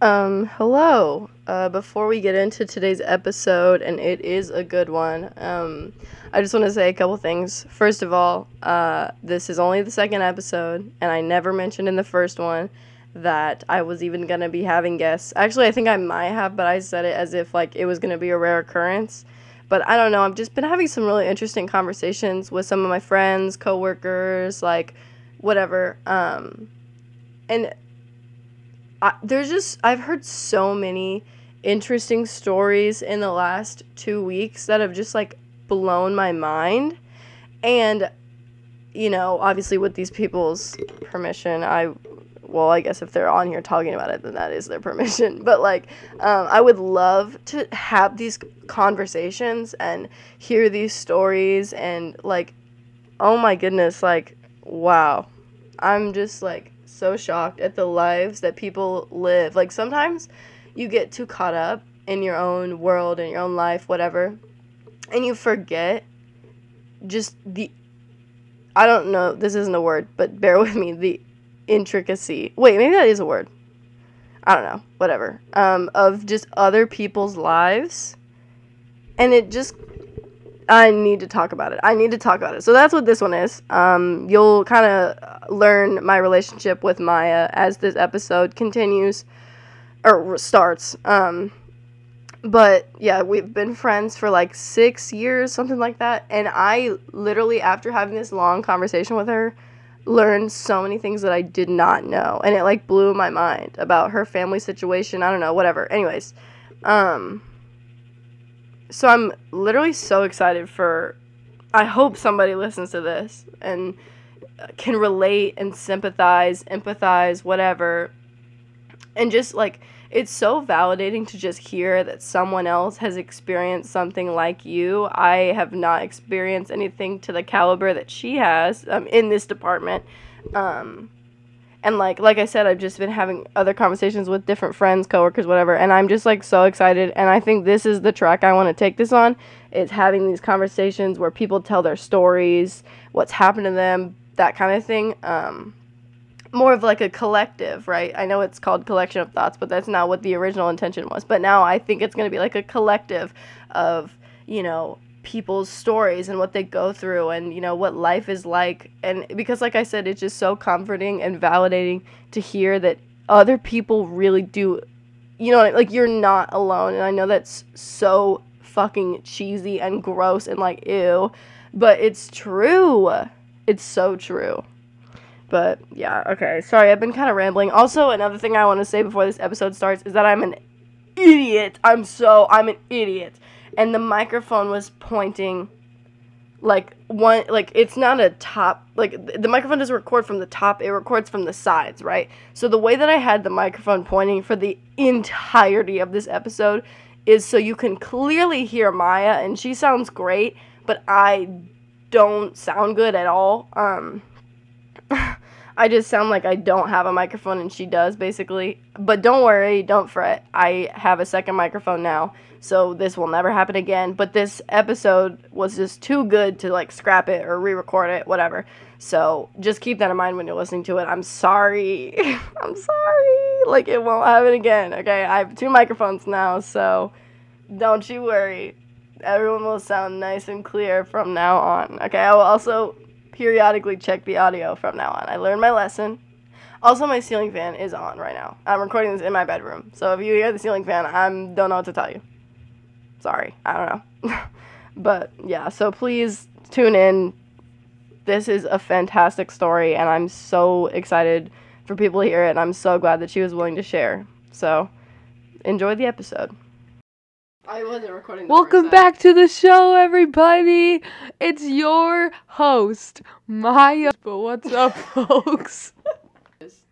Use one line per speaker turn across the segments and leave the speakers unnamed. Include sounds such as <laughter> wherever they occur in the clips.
Um, hello. Uh, before we get into today's episode, and it is a good one, um, I just want to say a couple things. First of all, uh, this is only the second episode, and I never mentioned in the first one that I was even going to be having guests. Actually, I think I might have, but I said it as if like it was going to be a rare occurrence. But I don't know. I've just been having some really interesting conversations with some of my friends, coworkers, like whatever. Um, and I, there's just I've heard so many interesting stories in the last two weeks that have just like blown my mind, and you know, obviously with these people's permission, I well, I guess if they're on here talking about it, then that is their permission. <laughs> But like, um, I would love to have these conversations and hear these stories and like, oh my goodness, like wow. I'm just like so shocked at the lives that people live. Like sometimes you get too caught up in your own world and your own life, whatever, and you forget just the I don't know, this isn't a word, but bear <laughs> with me, the intricacy. Wait, maybe that is a word. I don't know, whatever. Um of just other people's lives. And it just I need to talk about it. I need to talk about it. So that's what this one is. Um, you'll kind of learn my relationship with Maya as this episode continues or starts. Um, but yeah, we've been friends for like six years, something like that. And I literally, after having this long conversation with her, learned so many things that I did not know. And it like blew my mind about her family situation. I don't know, whatever. Anyways, um, so I'm literally so excited for. I hope somebody listens to this and can relate and sympathize, empathize, whatever. And just like, it's so validating to just hear that someone else has experienced something like you. I have not experienced anything to the caliber that she has um, in this department. Um, and like like I said, I've just been having other conversations with different friends, coworkers, whatever, and I'm just like so excited. And I think this is the track I want to take this on. It's having these conversations where people tell their stories, what's happened to them, that kind of thing. Um, more of like a collective, right? I know it's called collection of thoughts, but that's not what the original intention was. But now I think it's going to be like a collective of, you know, people's stories and what they go through and, you know, what life is like. And because like I said, it's just so comforting and validating to hear that other people really do you know, like you're not alone. And I know that's so fucking cheesy and gross and like ew, but it's true. It's so true. But yeah, okay. Sorry, I've been kind of rambling. Also, another thing I want to say before this episode starts is that I'm an idiot. I'm so I'm an idiot. And the microphone was pointing like one like it's not a top like th- the microphone doesn't record from the top it records from the sides right so the way that i had the microphone pointing for the entirety of this episode is so you can clearly hear maya and she sounds great but i don't sound good at all um <laughs> I just sound like I don't have a microphone and she does basically. But don't worry, don't fret. I have a second microphone now, so this will never happen again. But this episode was just too good to like scrap it or re-record it, whatever. So just keep that in mind when you're listening to it. I'm sorry. <laughs> I'm sorry. Like it won't happen again. Okay, I have two microphones now, so don't you worry. Everyone will sound nice and clear from now on. Okay, I will also periodically check the audio from now on. I learned my lesson. Also, my ceiling fan is on right now. I'm recording this in my bedroom, so if you hear the ceiling fan, I don't know what to tell you. Sorry, I don't know. <laughs> but yeah, so please tune in. This is a fantastic story, and I'm so excited for people to hear it, and I'm so glad that she was willing to share. So enjoy the episode. I wasn't recording.
Welcome back to the show, everybody. It's your host, Maya. But what's <laughs> up, folks?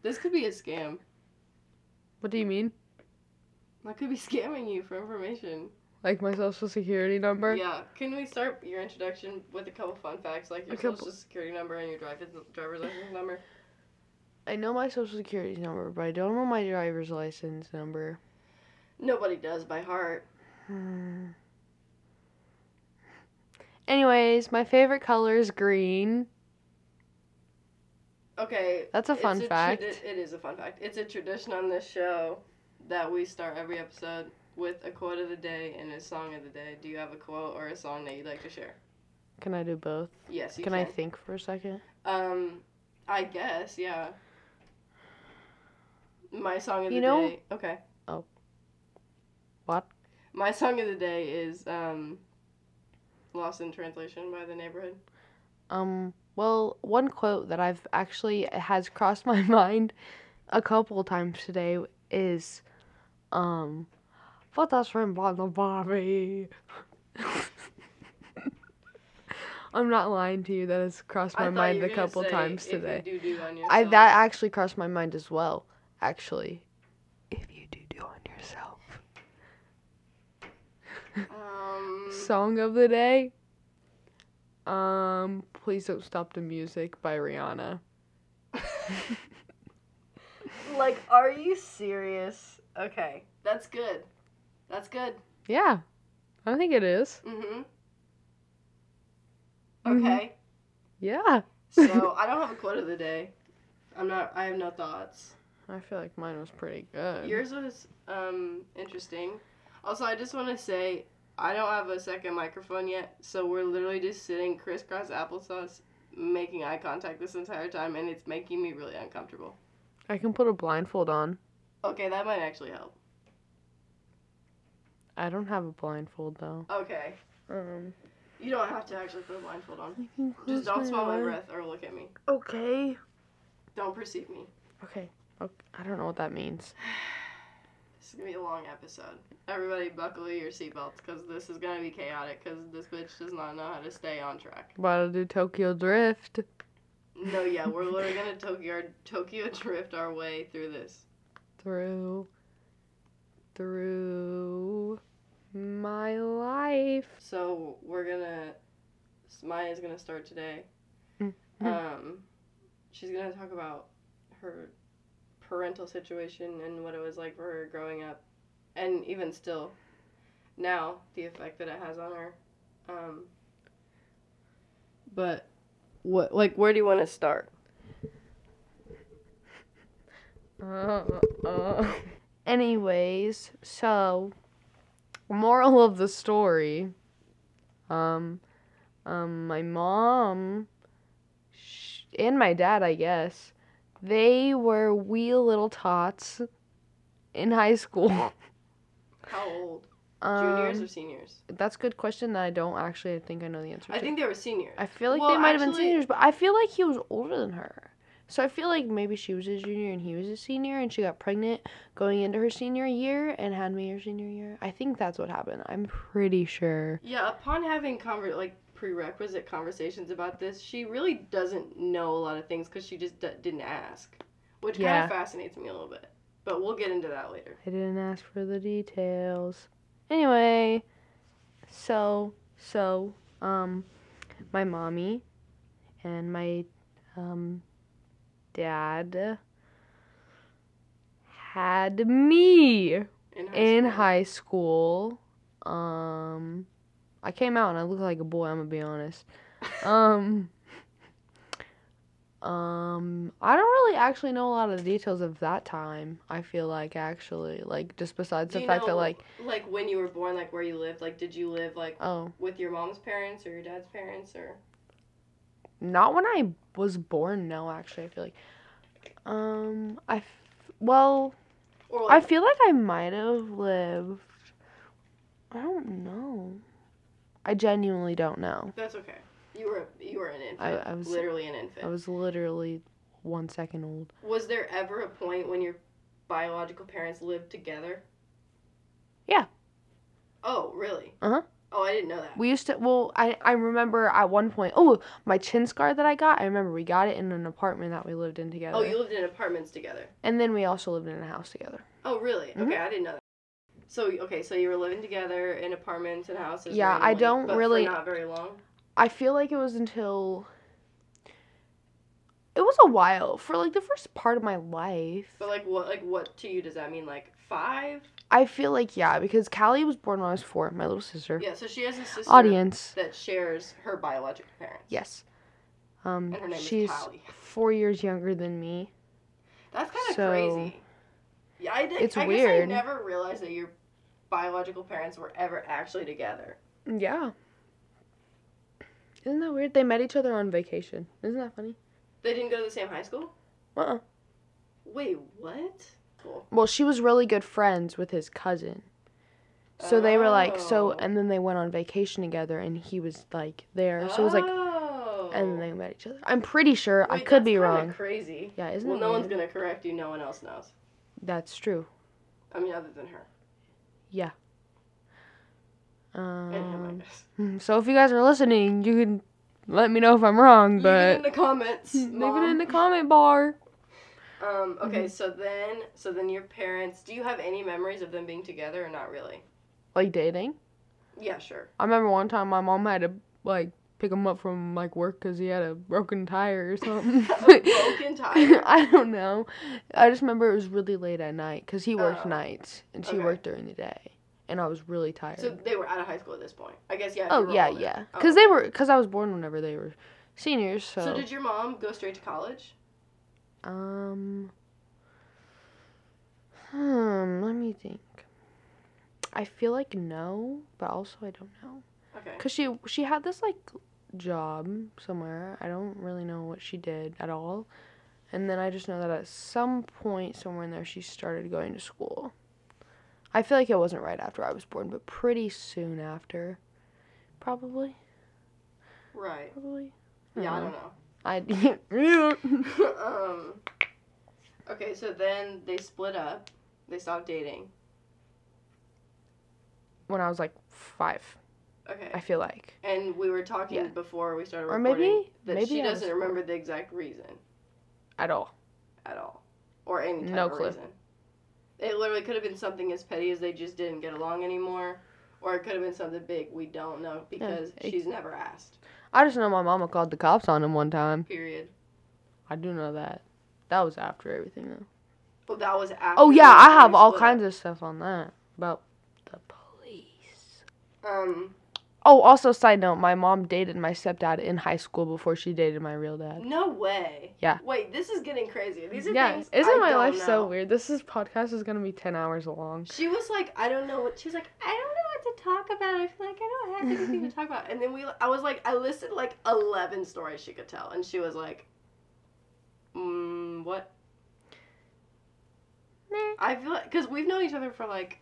This could be a scam.
What do you mean?
I could be <laughs> scamming you for information.
Like my social security number?
Yeah. Can we start your introduction with a couple fun facts, like your
A couple-
social security number and your driver's driver's license number?
I know my social security number, but I don't know my driver's license number.
Nobody does by heart.
Hmm. Anyways, my favorite color is green.
Okay.
That's a fun
it's
fact.
tradi- it is a fun fact. It's a tradition on this show that we start every episode with a quote of the day and a song of the day. Do you have a quote or a song that you'd like to share?
Can I do both?
Yes, you
Can
can.
I think for a second?
um, I guess yeah. My song of
You
the
know-
day. Okay.
Oh. What?
My song of the day is um, "Lost in Translation" by the Neighborhood.
Um, well, one quote that I've actually it has crossed my <laughs> mind a couple times today is, um, "Put us shrimp on the Bobby." <laughs> I'm not lying to you. That has crossed my
I thought you
mind
were
a
gonna
couple
say,
times
"If you
today.
do do on
I
yourself."
that actually crossed my mind as well. Actually, if you do do on yourself.
Um,
<laughs> Song of the day. Um, please don't stop the music by Rihanna.
like, are you serious? Okay, that's good. That's good.
Yeah, I think it is.
Mm-hmm.
Mhm.
Okay.
Yeah.
so I don't have a quote of the day. I'm not. I have no thoughts.
I feel like mine was pretty good.
Yours was um interesting. Also, I just want to say I don't have a second microphone yet, so we're literally just sitting crisscross applesauce, making eye contact this entire time, and it's making me really uncomfortable.
I can put a blindfold on.
Okay, that might actually help.
I don't have a blindfold though.
Okay,
Um,
you don't have to actually put a blindfold on.
I can close
Just don't smell my
eye.
breath or look at me.
Okay.
Don't perceive me.
Okay. okay. I don't know what that means.
This is gonna be a long episode. Everybody, buckle your seatbelts because this is gonna be chaotic. Because this bitch does not know how to stay on track.
About to do Tokyo Drift.
No, yeah, we're literally gonna Tokyo Tokyo drift our way through this.
Through. Through. My life.
So we're gonna. Maya's gonna start today.
Mhm.
Um, she's gonna talk about her parental situation and what it was like for her growing up, and even still, now the effect that it has on her. Um, but what like where do you want to start?
Uh, uh. <laughs> Anyways, so moral of the story, um, um, my mom sh- and my dad, I guess, they were wee little tots in high school. <laughs>
How old?
Um,
Juniors or seniors?
that's a good question that I don't actually think I know the answer
I
to.
think they were seniors.
I feel like
Well,
they might have been
actually-
seniors, but I feel like he was older than her. So I feel like maybe she was a junior and he was a senior, and she got pregnant going into her senior year and had me her senior year. I think that's what happened. I'm pretty sure.
Yeah, upon having conver- like prerequisite conversations about this, she really doesn't know a lot of things because she just d- didn't ask, which kind
Yeah.
of fascinates me a little bit. But we'll get into that later.
I didn't ask for the details. Anyway, so so um, my mommy and my um dad had me.
In high
in
school.
high school um i came out and i looked like a boy i'm gonna be honest um <laughs> um i don't really actually know a lot of the details of that time i feel like actually like just besides
Do
the
you
fact that
know-
like
like when you were born, like where you lived, like did you live like
oh
with your mom's parents or your dad's parents or?
not when i was born no actually i feel like um i f- well
Or
i
like,
feel like i might have lived i don't know i genuinely don't know
that's okay. You were you were an infant.
I- I was-
literally an infant.
I was literally one second old.
was there ever a point when your biological parents lived together?
Yeah.
Oh, really?
Uh-huh.
Oh, I didn't know that.
We used to, well, I, I remember at one point, oh, my chin scar that I got, I remember we got it in an apartment that we lived in together.
Oh, you lived in apartments together.
and then we also lived in a house together.
Oh, really?
Mhm.
Okay, I didn't know that. So okay, so you were living together in apartments and houses.
Yeah, I
randomly,
don't
but for
really-
not very long.
I feel like it was until, it was a while. For like the first part of my life,
But like, what like what to you does that mean? Like five?
I feel like, yeah, because Callie was born when I was four, my little sister.
Yeah. So she has a sister
Audience.
that shares her biological parents.
Yes. Um,
And her name is
she's
Callie.
four years younger than me.
That's kind of
So-
crazy. Yeah, I did.
It's
I Guess I
weird.
never realized that your biological parents were ever actually together.
Yeah. Isn't that weird? They met each other on vacation. Isn't that funny?
They didn't go to the same high school.
Uh-uh.
Wait, what? Cool.
Well, she was really good friends with his cousin. So they were like, so,
Oh.
and then they went on vacation together, and he was like there. So it was like,
oh.
and then they met each other. I'm pretty sure. I
Wait,
could
that's
be
kinda
wrong.
Crazy.
Yeah, isn't
well,
it
no one's
weird?
gonna correct you. No one else knows.
That's true.
I mean, other than her and him, I
Um,
guess.
so if you guys are listening, you can let me know if I'm wrong,
Leave it
but
in the comments.
<laughs> leave
Mom.
it in the Mm-hmm. comment bar.
Um, okay, so then, so then your parents. Do you have any memories of them being together or not really?
Like dating.
Yeah,
<laughs>
sure.
I remember one time my mom had to like pick him up from like work because he had a broken tire
<laughs>
or something.
A broken tire?
<laughs> I don't know. I just remember it was really late at night because he worked
Oh.
nights and she
Okay.
worked during the day, and I was really tired.
So they were out of high school at this point. I guess yeah. if you
oh
were
yeah,
older.
yeah.
Oh,
Because they
okay.
were because I was born whenever they were seniors. So,
So did your mom go straight to college?
um, hmm. Let me think. I feel like no, but also I don't know.
Okay.
Cause she she had this like job somewhere. I don't really know what she did at all. And then I just know that at some point somewhere in there she started going to school. I feel like it wasn't right after I was born, but pretty soon after. Probably.
Right.
Probably.
Yeah, I
dunno.
don't know.
I <laughs>
<laughs> um, okay, so then they split up. They stopped dating.
when I was like 5,
Okay.
I feel like.
And we were talking
Yeah.
before we started
Or
recording
maybe-
that
maybe
she
I was
doesn't
four.
remember the exact reason
At all.
at all, or any type
No
of
clue.
reason. It literally could have been something as petty as they just didn't get along anymore, or it could have been something big. We don't know because
it-
she's never asked.
I just know my mama called the cops on him one time.
Period.
I do know that. That was after everything though.
Well, that was after.
Oh yeah, I have all kinds of stuff on that about the police.
Um,
Oh, also side note, my mom dated my stepdad in high school before she dated my real dad.
no way.
Yeah.
Wait, this is getting crazy. These are
Yeah,
things.
isn't
I
my
don't
life so
know.
weird? This is podcast is gonna be ten hours long.
She was like, I don't know what. She was like, I don't know what to talk about. I feel like I don't have anything
<laughs>
to talk about. And then we, I was like, I listed like eleven stories she could tell, and she was like, mm, What? I feel like because we've known each other for like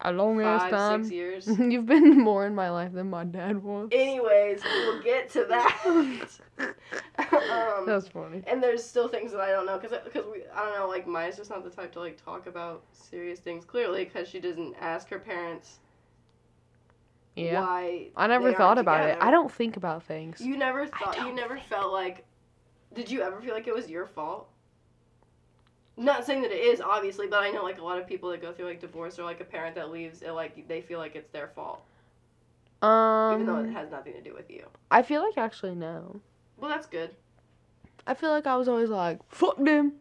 A long ass
five,
time.
six years.
<laughs> You've been more in my life than my dad was.
<laughs> Anyways, we'll get to
<laughs>
that. <laughs> um,
That's funny.
and there's still things that I don't know because because we I don't know like Maya's just not the type to like talk about serious things clearly because she doesn't ask her parents
Yeah.
why
I never
they
thought
aren't
about it.
together.
I don't think about things.
You never thought you
don't
never felt like did you ever feel like it was your fault? Not saying that it is obviously, but I know like a lot of people that go through like divorce or like a parent that leaves it like they feel like it's their fault even though it
Um
has nothing to do with you.
I feel like actually no.
Well, that's good.
I feel like I was always like, fuck them.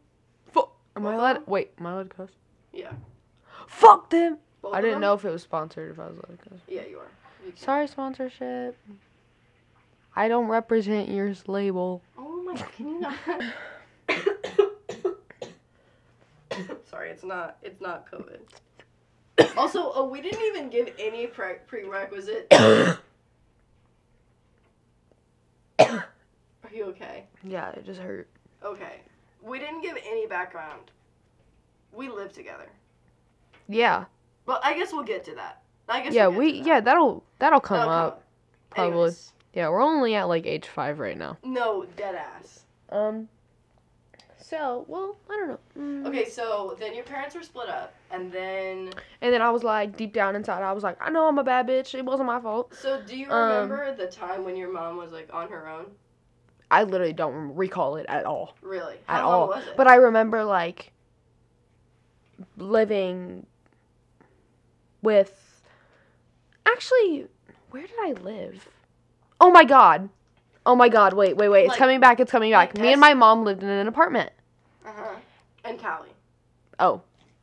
Fuck Am I
Both of
allowed
them?
wait, am I allowed to cuss?
Yeah. Uh-huh.
Fuck them!
Both
I
of
didn't
them?
know if it was sponsored if I was allowed to cuss.
Yeah, you are. You can-
Sorry, sponsorship. I don't represent your <coughs> label.
Oh my, can you
<coughs>
not? <coughs> Sorry, it's not it's not COVID. Also, oh, we didn't even give any pre- prerequisite. <coughs> Are you okay?
Yeah, it just hurt.
Okay. We didn't give any background. We live together.
Yeah,
Well, I guess we'll get to that. I guess
yeah,
we'll
we
get to
yeah that'll that'll
that.
come
That'll
up probably.
Anyways,
Yeah, we're only at like age five right now.
no, dead ass.
Um. So well, I don't know. Mm.
Okay, so then your parents were split up, and then
And then I was like, deep down inside, I was like, I know I'm a bad bitch. It wasn't my fault.
So do you
Um,
remember the time when your mom was like on her own?
I literally don't recall it at all,
Really?
at
How
all.
long was it?
But I remember like living with. Actually, where did I live? Oh my god. Oh my god, wait, wait, wait. It's
Like-
coming back, it's coming back.
like
Me and
us-
my mom lived in an apartment.
uh-huh. And Callie.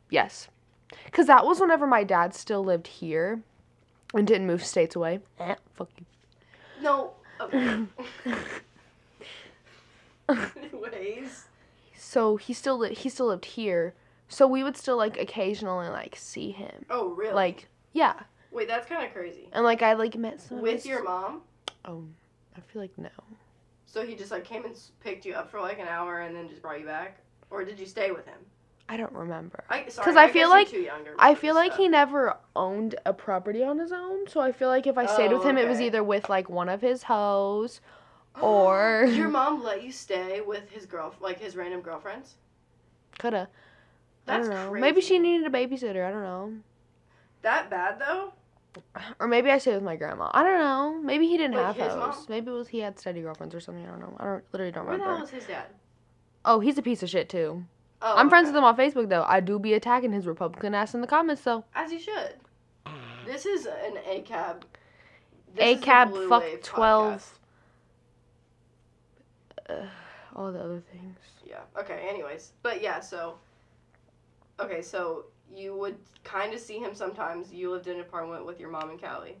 Yes. Because that was whenever my dad still lived here and didn't move states away. Eh, fuck you.
No. <laughs> Okay. Anyways.
So he still li- he still lived here So we would still like occasionally like see him.
Oh, really?
Like yeah,
wait, that's kind of crazy.
and like I like met some of
With
his-
your mom,
Oh, I feel like no.
so he just like came and s- picked you up for like an hour and then just brought you back, or did you stay with him?
I don't remember.
I sorry,
'Cause I
guess
feel
you're
like-
too young to
I
remember
feel
this
like
stuff.
he never owned a property on his own, so I feel like if I stayed
Oh,
with him, it was
okay.
either with like one of his hoes
<gasps>
or-
your mom let you stay with his girl, like his random girlfriends.
coulda. I
That's
don't know.
crazy.
Maybe she needed a babysitter. I don't know.
that bad though.
Or maybe I stayed with my grandma. I don't know. Maybe he didn't
With
have
his mom?
hoes. Maybe it was he had steady girlfriends or something. I don't know. I don't literally don't
Where the hell
remember.
was his dad?
Oh, he's a piece of shit too.
Oh,
I'm friends
okay.
with him on Facebook though. I do be attacking his Republican ass in the comments though.
As you should. This is an ACAB.
A
this is the
cab
Blue
fuck
Wave
twelve.
podcast.
Uh, all the other things.
Yeah. Okay. Anyways, but yeah. So. Okay, so you would kind of see him sometimes. You lived in an apartment with your mom and Callie.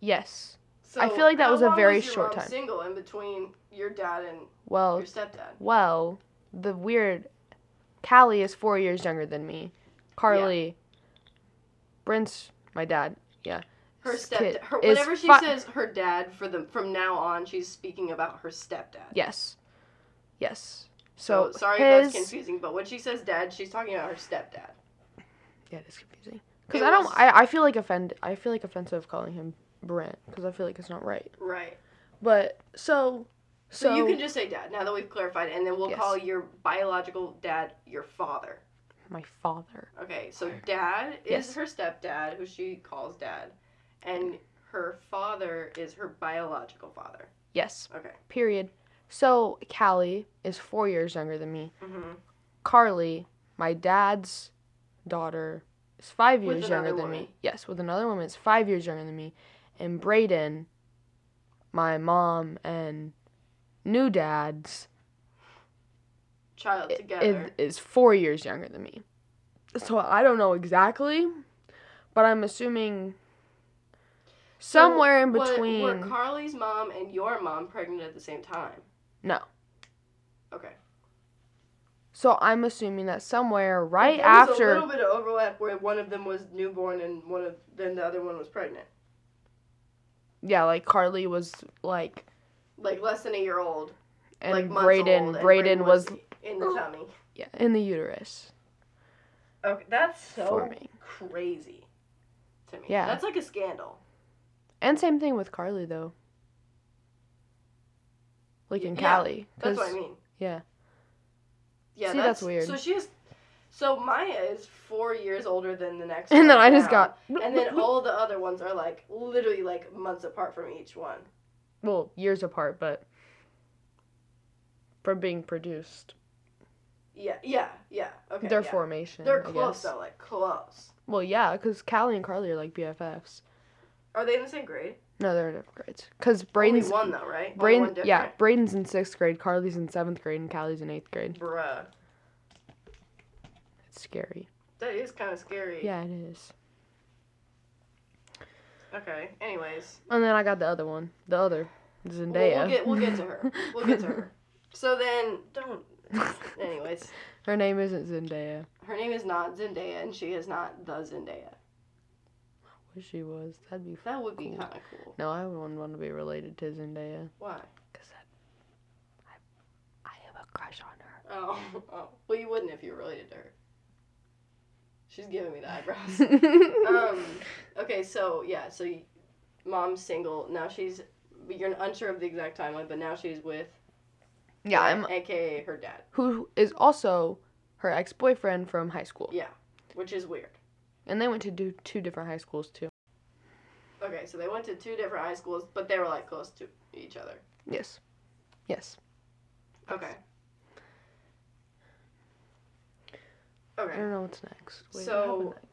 Yes.
So
I feel like that
how
was a
long
very
your
short
mom
time.
Single in between your dad and
Well,
your stepdad.
Well, the weird Callie is four years younger than me. Carly Brent's my dad.
Her
This
stepdad.
kid
Her,
is
whenever she
fi-
says her dad for the from now on, she's speaking about her stepdad.
Yes. Yes.
So,
So,
sorry
his
if that's confusing, but when she says dad, she's talking about her stepdad.
Yeah, it's confusing. Cuz
It
I don't
was-
I, I feel like offend I feel like offensive calling him Brent cuz I feel like it's not right.
Right.
But so
So,
so
you can just say dad now that we've clarified, and then we'll
Yes.
call your biological dad your father.
my father.
Okay, so dad is
Yes.
her stepdad, who she calls dad, and her father is her biological father.
Yes.
Okay.
Period. So Callie is 4 years younger than me.
Mm-hmm.
Carly, my dad's daughter, is five
With
years
another
younger than
woman.
me. Yes, with another woman, it's five years younger than me. And Brayden, my mom and new dad's,
Child
i- i-
together.
is four years younger than me. So I don't know exactly, but I'm assuming somewhere in
Wa-
between.
Were Carly's mom and your mom pregnant at the same time?
No.
Okay.
so I'm assuming that somewhere right
There was
after.
a little bit of overlap where one of them was newborn and one of then the other one was pregnant,
yeah, like Carly was like.
like less than a year old,
And
like months old,
Brayden,
and
Brayden was <gasps>
in the tummy.
yeah, in the uterus.
Okay, that's so
Forming.
crazy to me.
Yeah.
that's like a scandal.
And same thing with Carly though. Like in
Yeah,
Cali.
That's what I
Cause-
mean.
yeah. <laughs>
Yeah,
See, that's weird.
So she is. So Maya is four years older than the next.
<laughs> And then
one
I just
down. <laughs>
got
And then all the other ones are like literally like months apart from each one.
<laughs> well, years apart, but from being produced.
Yeah, yeah, yeah. Okay.
Their
yeah.
formation.
They're
I
close
guess.
though, like close.
Well, yeah, because Callie and Carly are like BFFs.
Are they in the same grade?
No, they're in different grades. Because
Only
Brayden's
one though, right? Only one
Brayden,
different?
yeah, Brayden's in sixth grade, Carly's in seventh grade, and Callie's in eighth grade.
Bruh,
It's scary.
that is kind of scary.
Yeah, it is.
Okay. Anyways,
And then I got the other one, the other Zendaya.
we'll, we'll get we'll get to her. We'll get to her. So then, don't. Anyways,
<laughs> Her name isn't Zendaya.
her name is not Zendaya, and she is not the Zendaya.
Wish she was. That'd be.
That would be
Cool.
kind of cool.
No, I wouldn't want to be related to Zendaya.
Why?
Cause I, I, I have a crush on her.
Oh, oh. well, you wouldn't if you were related to her. She's giving me the
<laughs>
eyebrows. <laughs> um. Okay. So yeah. So, y- mom's single now. She's you're unsure of the exact timeline, but now she's with
yeah,
a-
I'm.
AKA her dad,
Who is also her ex-boyfriend from high school,
which is weird.
and they went to do two different high schools too.
Okay, so they went to two different high schools, but they were like close to each other.
Yes, yes.
Okay.
I
Okay.
don't know what's next. Wait,
So-
what happened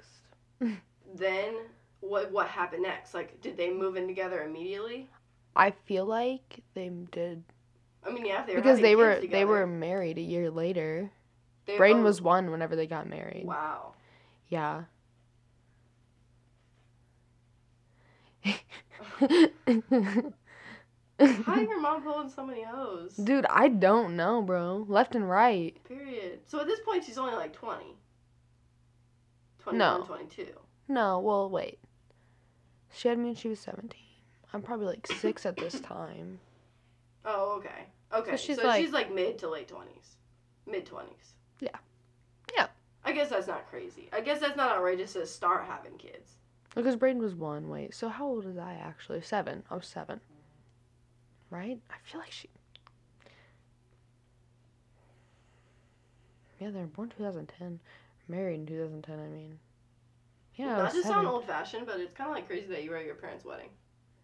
next?
Then what what happened next? Like did they move in together immediately?
I feel like they did
I mean, yeah, if they were
because
having
they
kids
were they
together,
were married a year later.
they-
Brayden
oh, <laughs>
was one whenever they got married.
Wow.
Yeah.
How your mom pulling so many O's?
<laughs> Dude, I don't know, bro. Left and right.
Period. So at this point, she's only like 20. 21,
No.
22.
No, well, wait. She had me when she was 17. I'm probably like six at this time.
Oh, okay. Okay. So she's, like,
she's like-
mid to late 20s. Mid 20s.
Yeah. Yeah.
I guess that's not crazy. I guess that's not outrageous to start having kids.
Because Braden was one. Wait, so how old is I actually? Seven. I was seven. Right? I feel like she. Yeah, they were born 2010. Married in 2010, I mean. Yeah, I
Not
was
to sound
seven.
old fashioned, but it's kind of like crazy that you were at your parents' wedding.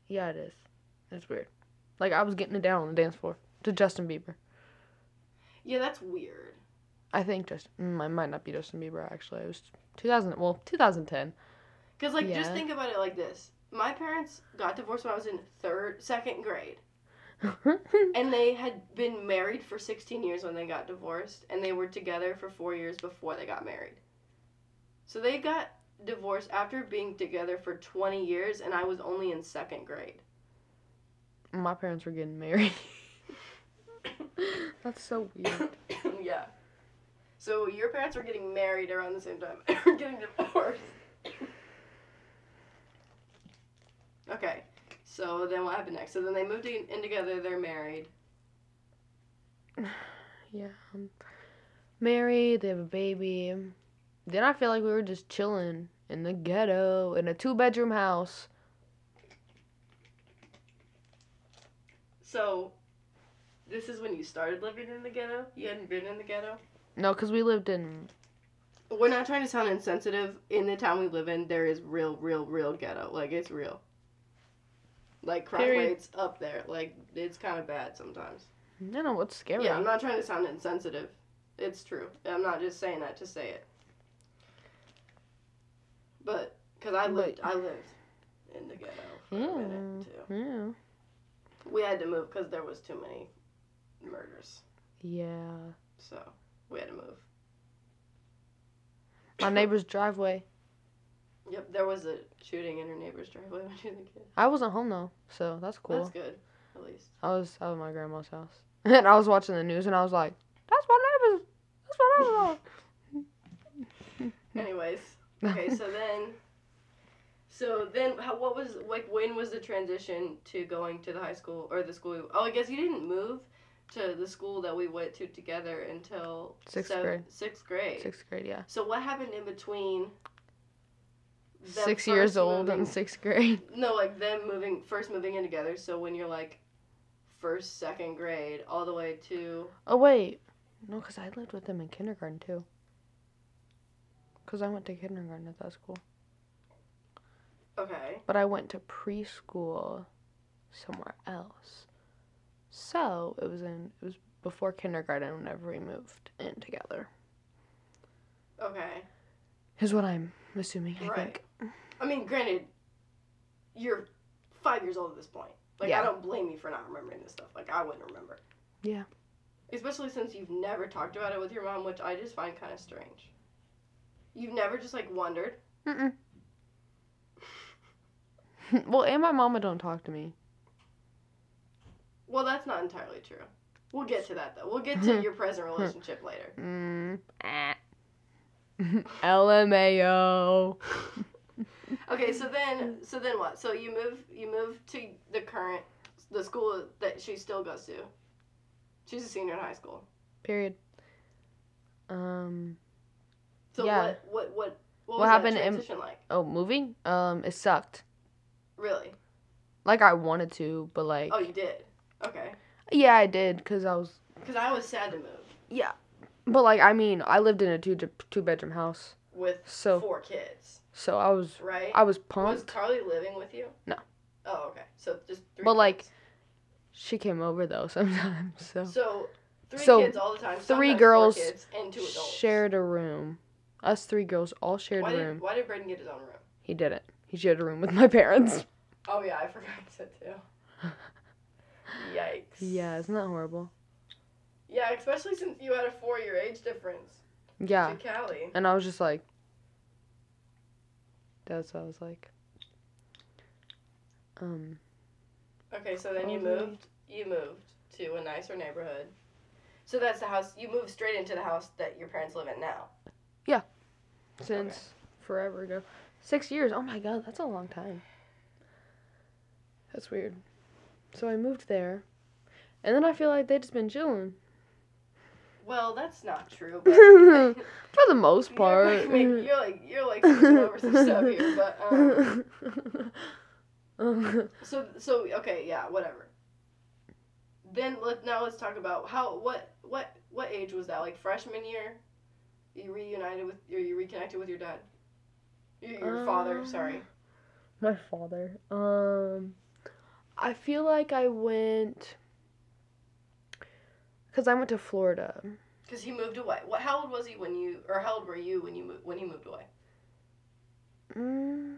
Yeah, it is. It's weird. Like, I was getting it down on the dance floor to Justin Bieber.
Yeah, that's weird.
I think Justin. Mm, I might not be Justin Bieber, actually. It was 2000. Well, 2010.
Because, like, just
Yeah.
think about it like this my parents got divorced when I was in third, second grade. And they had been married for 16 years when they got divorced, and they were together for four years before they got married. So they got divorced after being together for 20 years, and I was only in second grade.
<laughs> My parents were getting married. <laughs> That's so weird.
<laughs> yeah. So your parents were getting married around the same time <laughs> and were getting divorced. okay. So then what happened next? So then they moved in, in together, they're married.
Yeah. um, Married, they have a baby. Then I feel like we were just chilling in the ghetto in a two bedroom house.
So this is when you started living in the ghetto? You hadn't been in the ghetto?
No, because we lived in.
We're not trying to sound insensitive. In the town we live in, there is real, real, real ghetto. Like it's real. Like crime
Period.
rates up there. Like it's kind of bad sometimes.
No, no, what's scary?
Yeah, I'm not trying to sound insensitive. It's true. I'm not just saying that to say it. But because I lived, I lived in the ghetto for a minute too.
yeah.
We had to move because there was too many murders,
Yeah.
so we had to move.
My neighbor's driveway.
Yep, there was a shooting in her neighbor's driveway when she was a kid.
I wasn't home though, so that's cool.
That's good, at least.
I was I was at my grandma's house, <laughs> and I was watching the news, and I was like, "That's my neighbor's. That's my neighbor's." house." <laughs>
Anyways, okay, so then, so then, how, what was like? When was the transition to going to the high school or the school? Oh, I guess you didn't move to the school that we went to together until
Sixth
sev-
grade.
Sixth <laughs> grade.
Sixth grade, yeah.
So what happened in between? them
Six years
first
old in
moving-
sixth grade. <laughs>
<laughs> no, like them moving first moving in together. So when you're like first second grade all the way to
Oh wait, no, because I lived with them in kindergarten too. Because I went to kindergarten at that school,
okay
but I went to preschool somewhere else. So it was in it was before kindergarten whenever we moved in together.
okay.
Is what I'm assuming. I
Right.
think.
I mean, granted, you're five years old at this point. Like, I
Yeah.
don't blame you for not remembering this stuff. Like, I wouldn't remember.
Yeah.
Especially since you've never talked about it with your mom, which I just find kind of strange. You've never just, like, wondered.
Mm-mm. <laughs> well, and my mama don't talk to me.
Well, that's not entirely true. We'll get to that, though. We'll get
<laughs>
to your present relationship later.
Mm. ah. <laughs> LMAO.
Okay, so then, so then what? So you move, you move to the current, the school that she still goes to. She's a senior in high school.
Period. Um.
So
Yeah.
what, what, what, what,
What
was
happened
that
in-
transition like?
Oh, moving. Um, it sucked.
Really?
Like I wanted to, but like
Oh, you did. Okay.
yeah, I did, cause I was
Because I was sad to move
yeah. But like I mean, I lived in a two two bedroom house,
with
So-
four kids,
so I was
right?
I was
was
pumped.
Carly living with you?
No.
Oh, okay. So just three.
But, like,
kids.
She came over though <laughs> sometimes, so
so three
so
kids all the time.
three
sometimes four
girls
kids and two adults.
shared a room. Us three girls all shared
Why
a
did
room.
Why did Braden get his own room?
He didn't. He shared a room with my <laughs> parents.
Oh yeah, I <laughs> forgot that too. Yikes.
Yeah, isn't that horrible?
Yeah, especially since you had a four-year age difference
Yeah.
to Callie.
And I was just like, that's what I was like. Um,
Okay, so then you
Probably.
moved. You moved to a nicer neighborhood. So that's the house. You moved straight into the house that your parents live in now.
since forever ago. Six years. Oh my god, that's a long time. That's weird. So I moved there, and then I feel like they just
<laughs>
been chilling
Well, that's not true.
<laughs>
But
for the most part.
You're, like,
<laughs>
make- you're like you're like skipping over some stuff here, but um,
Um,
so so okay, yeah, whatever. Then let now let's talk about how what what what age was that? Like freshman year, you reunited with or you reconnected with your dad, your, your father.
Uh,
Sorry.
My father. Um, I feel like I went because I went to Florida.
Because he moved away. What? How old was he when you, or how old were you when you mo- when he moved away?
Mm,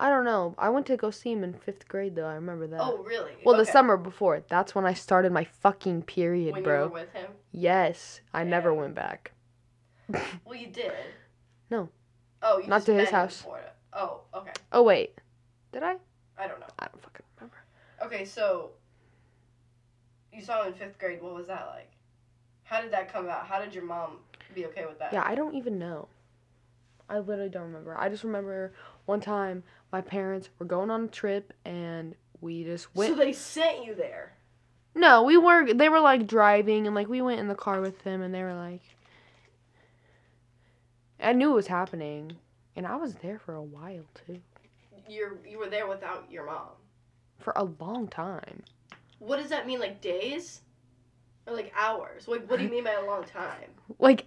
I don't know. I went to go see him in fifth grade though. I remember that.
oh, really?
Uh, Well, the
Okay.
summer before, that's when I started my fucking period,
when
bro.
you were with him.
Yes, I never
Damn.
went back.
Well, you did.
No.
Oh, you
Not
just
to his
met him in
house.
Florida. Oh, okay.
Oh wait, did I?
I don't know.
I don't fucking remember.
Okay, so you saw him in fifth grade. What was that like? How did that come about? How did your mom be okay with that?
Yeah, I don't even know. I literally don't remember. I just remember one time my parents were going on a trip and we just went.
So they sent you there.
no, we were. They were like driving and like we went in the car with them and they were like. I knew it was happening, and I was there for a while too,
You're you were there without your mom.
for a long time.
What does that mean? Like days, or like hours? Like what do you mean by a long time?
like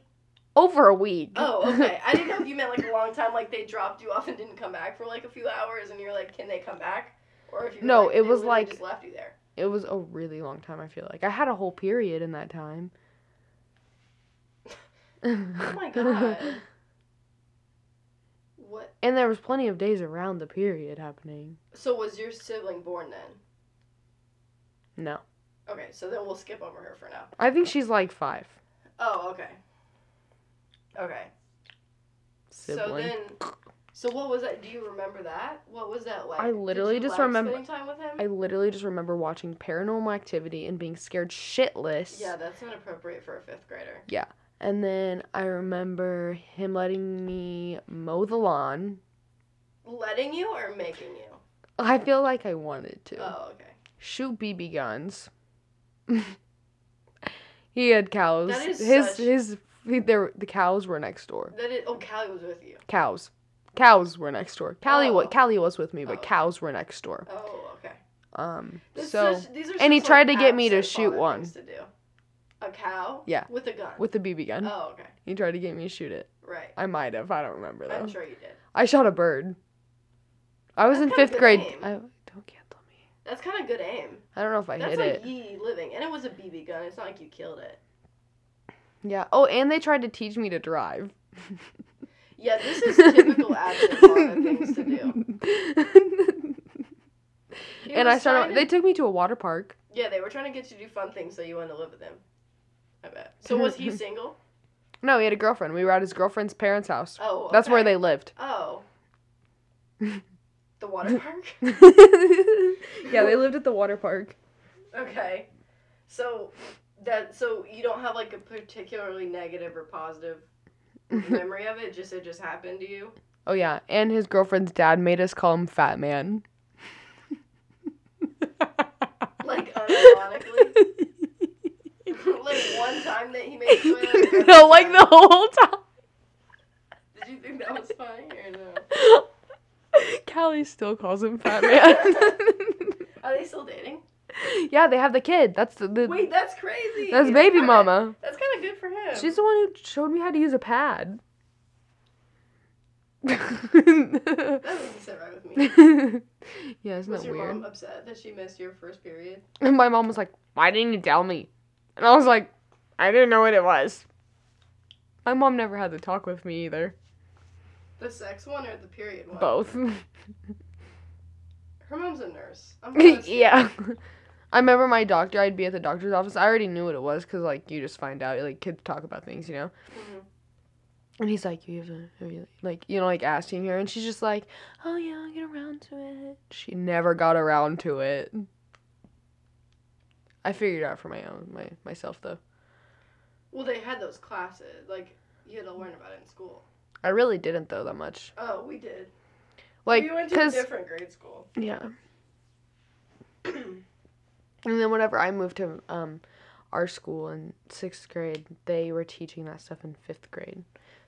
over a week.
Oh, okay. I didn't know if you meant like a long time, like they dropped you off and didn't come back for like a few hours, and you're like, can they come back? Or if you were
No,
like,
it
they
was
literally
like-
just left you there.
it was a really long time. I feel like I had a whole period in that time.
Oh
<laughs>
my god. what?
and there was plenty of days around the period happening.
So was your sibling born then?
No,
Okay, so then we'll skip over her for now.
I think she's like five.
Oh, okay. Okay. So
Sibling.
then, so what was that? Do you remember that? What was that like?
I literally
Did you
just
like
remember-
spending time with him.
I literally just remember watching Paranormal Activity and being scared shitless.
Yeah, that's not appropriate for a fifth grader.
And then I remember him letting me mow the lawn.
Letting you or making you?
I feel like I wanted to.
Oh, okay.
shoot BB guns. <laughs> he had cows.
That is
his
such-
his there the cows were next door.
That is. Oh, Callie was with you.
Cows. Cows were next door. Callie wa
Oh.
Callie was with me, but
Oh.
cows were next door.
Oh, okay.
Um
This
so
is- these are
and he
such,
tried
like,
to get me to
absent
shoot
father
one.
things to do. A cow.
Yeah.
With a gun.
with the BB gun.
Oh, okay.
He tried to get me to shoot it.
Right.
I might have, I don't remember though.
I'm sure you did.
I shot a bird. I was
That's
in
kind of good
fifth grade.
aim.
I don't cancel me.
That's kind of good aim.
I don't know if I
That's
hit
like
it.
ye living, and it was a BB gun. It's not like you killed it.
Yeah. Oh, and they tried to teach me to drive.
Yeah, this
<laughs>
is typical absent father things to do.
<laughs>
He
and I
was
started.
trying
They
to-
took me to a water park.
yeah, they were trying to get you to do fun things, so you wanted to live with them. I bet. So was
<laughs>
he single?
No, he had a girlfriend. We were at his girlfriend's parents' house.
Oh,
That's where
okay. <laughs>
they lived.
Oh. The
<laughs>
water park. <laughs>
yeah, they lived at the water park.
Okay. So that so you don't have like a particularly negative or
<laughs>
positive memory of it, just it just happened to you. <laughs>
oh yeah, and his girlfriend's dad made us call him Fat Man.
Like
<laughs>
unironically. like one time that he made
<laughs>
fun of you, every
no, like
time.
the whole time.
Did you think that was funny or no?
Callie still calls him Fat
<laughs>
Man. <laughs>
Are they still dating?
yeah, they have the kid. That's the, the
Wait, that's crazy.
that's baby
Kinda-
mama.
That's kind of good for him. <laughs>
She's the one who showed me how to use a pad. <laughs>
that doesn't sit right with
<laughs>
me.
yeah, isn't
Was
that
your
weird?
mom upset that she missed your first period?
And my mom was like, Why didn't you tell me? And I was like, I didn't know what it was. My mom never had to talk with me either.
The sex one or the period one?
Both. <laughs>
Her mom's a nurse.
<laughs>
I'm gonna assume-
yeah. I remember my doctor, I'd be at the doctor's office. I already knew what it was because, like, you just find out, like, kids talk about things, you know?
Mhm.
And he's like, you have to, have you-" like, you know, like asking her, and she's just like, oh yeah, I'll get around to it. She never got around to it. I figured it out for my own, my myself though.
Well, they had those classes. Like, you had to learn about it in school.
I really didn't though that much.
Oh, we did.
Like,
we went to a
cause
different grade school. <clears throat>
yeah. And then whenever I moved to um, our school in sixth grade, they were teaching that stuff in fifth grade,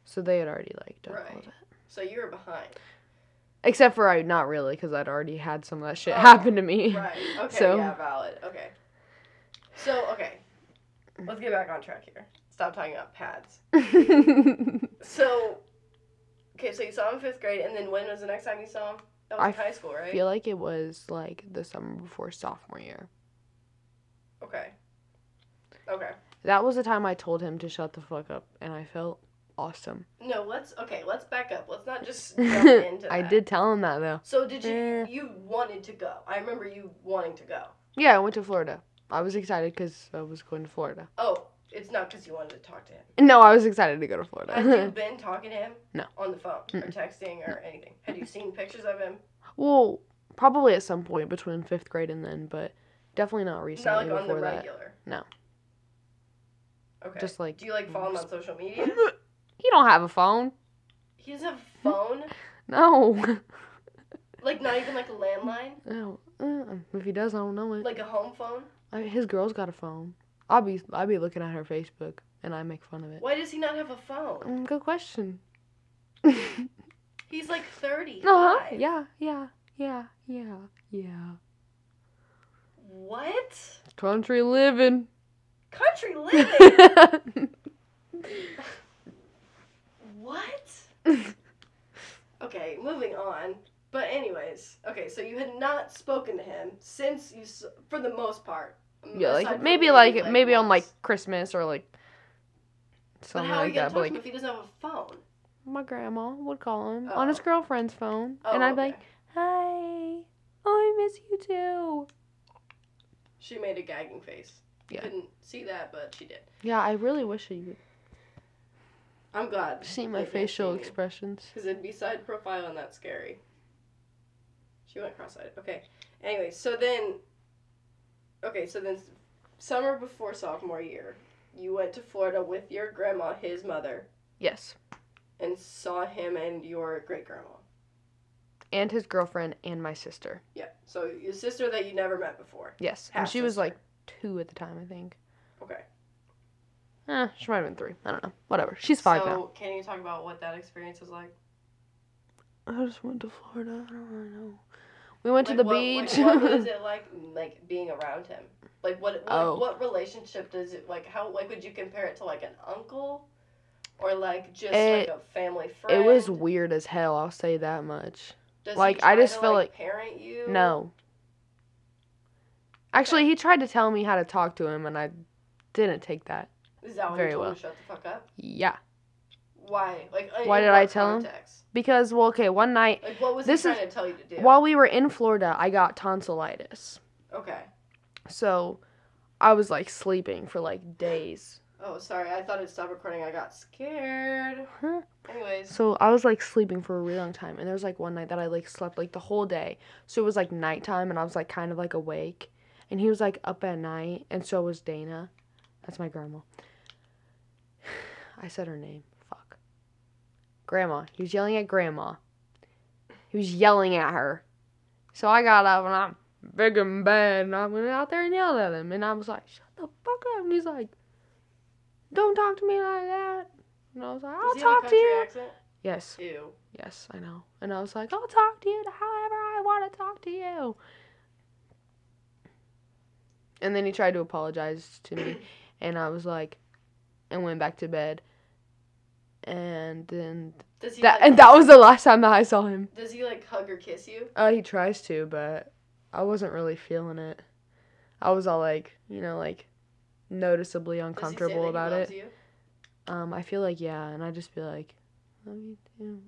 so they had already like done all
Right.
of it.
so you were
<laughs>
behind.
Except for I not really, because I'd already had some of that shit
Oh,
happen to me. <laughs>
Right. Okay.
So-
Yeah. Valid. Okay. So okay, let's get back on track here. Stop talking about pads. So, okay. So you saw him in fifth grade, and then when was the next time you saw him? That was
I
in high school,
I
right?
feel like it was like the summer before sophomore year.
Okay. Okay.
That was the time I told him to shut the fuck up, and I felt awesome.
No, let's okay. Let's back up. Let's not
<laughs>
just jump into. That.
I did tell him that though.
So did you?
Eh.
You wanted to go. I remember you wanting to go.
Yeah, I went to Florida. I was excited because I was going to Florida.
Oh, it's not because you wanted to talk
<laughs>
to him.
No, I was excited to go to Florida.
Had you been talking to him?
No.
On the phone or texting or anything? Had you seen pictures of him?
Well, probably at some point between fifth grade and then, but definitely not recently
Not like on the
before that.
regular.
No.
Okay.
Just like
Do you like follow him on social media?
you don't have a phone.
He doesn't have a phone.
No. <laughs>
Like not even like a landline.
no. Uh, If he does, I don't know it.
Like a home phone.
I his girl's got a phone. I'll be I'll be looking at her Facebook and I make fun of it.
Why does he not have a phone?
Mm, good question. <laughs>
He's like thirty.
Uh-huh. Yeah, yeah, yeah, yeah, yeah.
What?
Country living. <laughs>
<laughs> Country living. <laughs> what? Okay, moving on. But anyways, okay, so you had not spoken to him since you, s- for the most part.
yeah,
aside
like
from
maybe like, maybe on like
once.
Christmas or like
But
something
how are you
like
gonna talk
that. But
to him
like
if he doesn't have a phone?
my grandma would call him on his
Oh.
girlfriend's phone,
Oh,
and I'd be
okay.
like, "Hi, oh, I miss you too."
She made a gagging face.
Yeah.
Couldn't see that, but she did.
Yeah, I really wish you
I'm glad.
could see my facial expressions.
Because it'd be side profile and that's scary. She went cross-eyed. Okay. Anyway, so then. Okay, so then, s- summer before sophomore year, you went to Florida with your grandma, his mother,
Yes,
and saw him and your great grandma.
and his girlfriend and my sister.
Yeah. So your sister that you never met before.
Yes, and she was
Half-sister.
like two at the time, I think.
Okay.
Eh, she might have been three. I don't know. Whatever. She's five
so
now.
can you talk about what that experience was like?
I just went to Florida. I don't really know. We went
Like,
to the
what-
beach.
Like,
<laughs>
what was it like, like being around him? Like what? what
Oh.
What relationship does it like? How like would you compare it to like an uncle, or like just
It-
like a family friend?
it was weird as hell. I'll say that much.
Does he
like,
try
I just
to,
feel
like, parent you.
No. Actually,
Okay.
he tried to tell me how to talk to him, and I didn't take that.
Is that when
Very
you told
well.
him to shut the fuck up?
Yeah.
Why? Like in-
Why
in
did
what
I tell him?
context?
Because, well, okay, one night
Like what was
This
he
is-
trying to tell you to do?
while we were in Florida, I got tonsillitis.
okay.
So I was like sleeping for like days.
Oh, sorry. I thought it stopped recording. I got scared.
Huh?
Anyways.
So I was like sleeping for a really long time. And there was like one night that I like slept like the whole day. So it was like nighttime, and I was like kind of like awake. And he was like up at night, and so was Dana. That's my grandma. <sighs> I said her name. Fuck. Grandma. He was yelling at grandma. He was yelling at her. So I got up and I'm big and bad and I went out there and yelled at him. And I was like, shut the fuck up. And he's like, don't talk to me like that. And I was like, I'll
Does he have a
talk to
country
you.
accent?
Yes,
Ew.
yes, I know. And I was like, I'll talk to you however I want to talk to you. And then he tried to apologize to <clears throat> me. and I was like, and went back to bed. And then
Does he?
that
like,
and that was the last time that I saw him.
Does he like hug or kiss you?
Uh, he tries to, but I wasn't really feeling it. I was all like, you know, like noticeably
Does he say
uncomfortable
that he
about
loves
it.
you?
Um, I feel like yeah, and I just be like, love you too,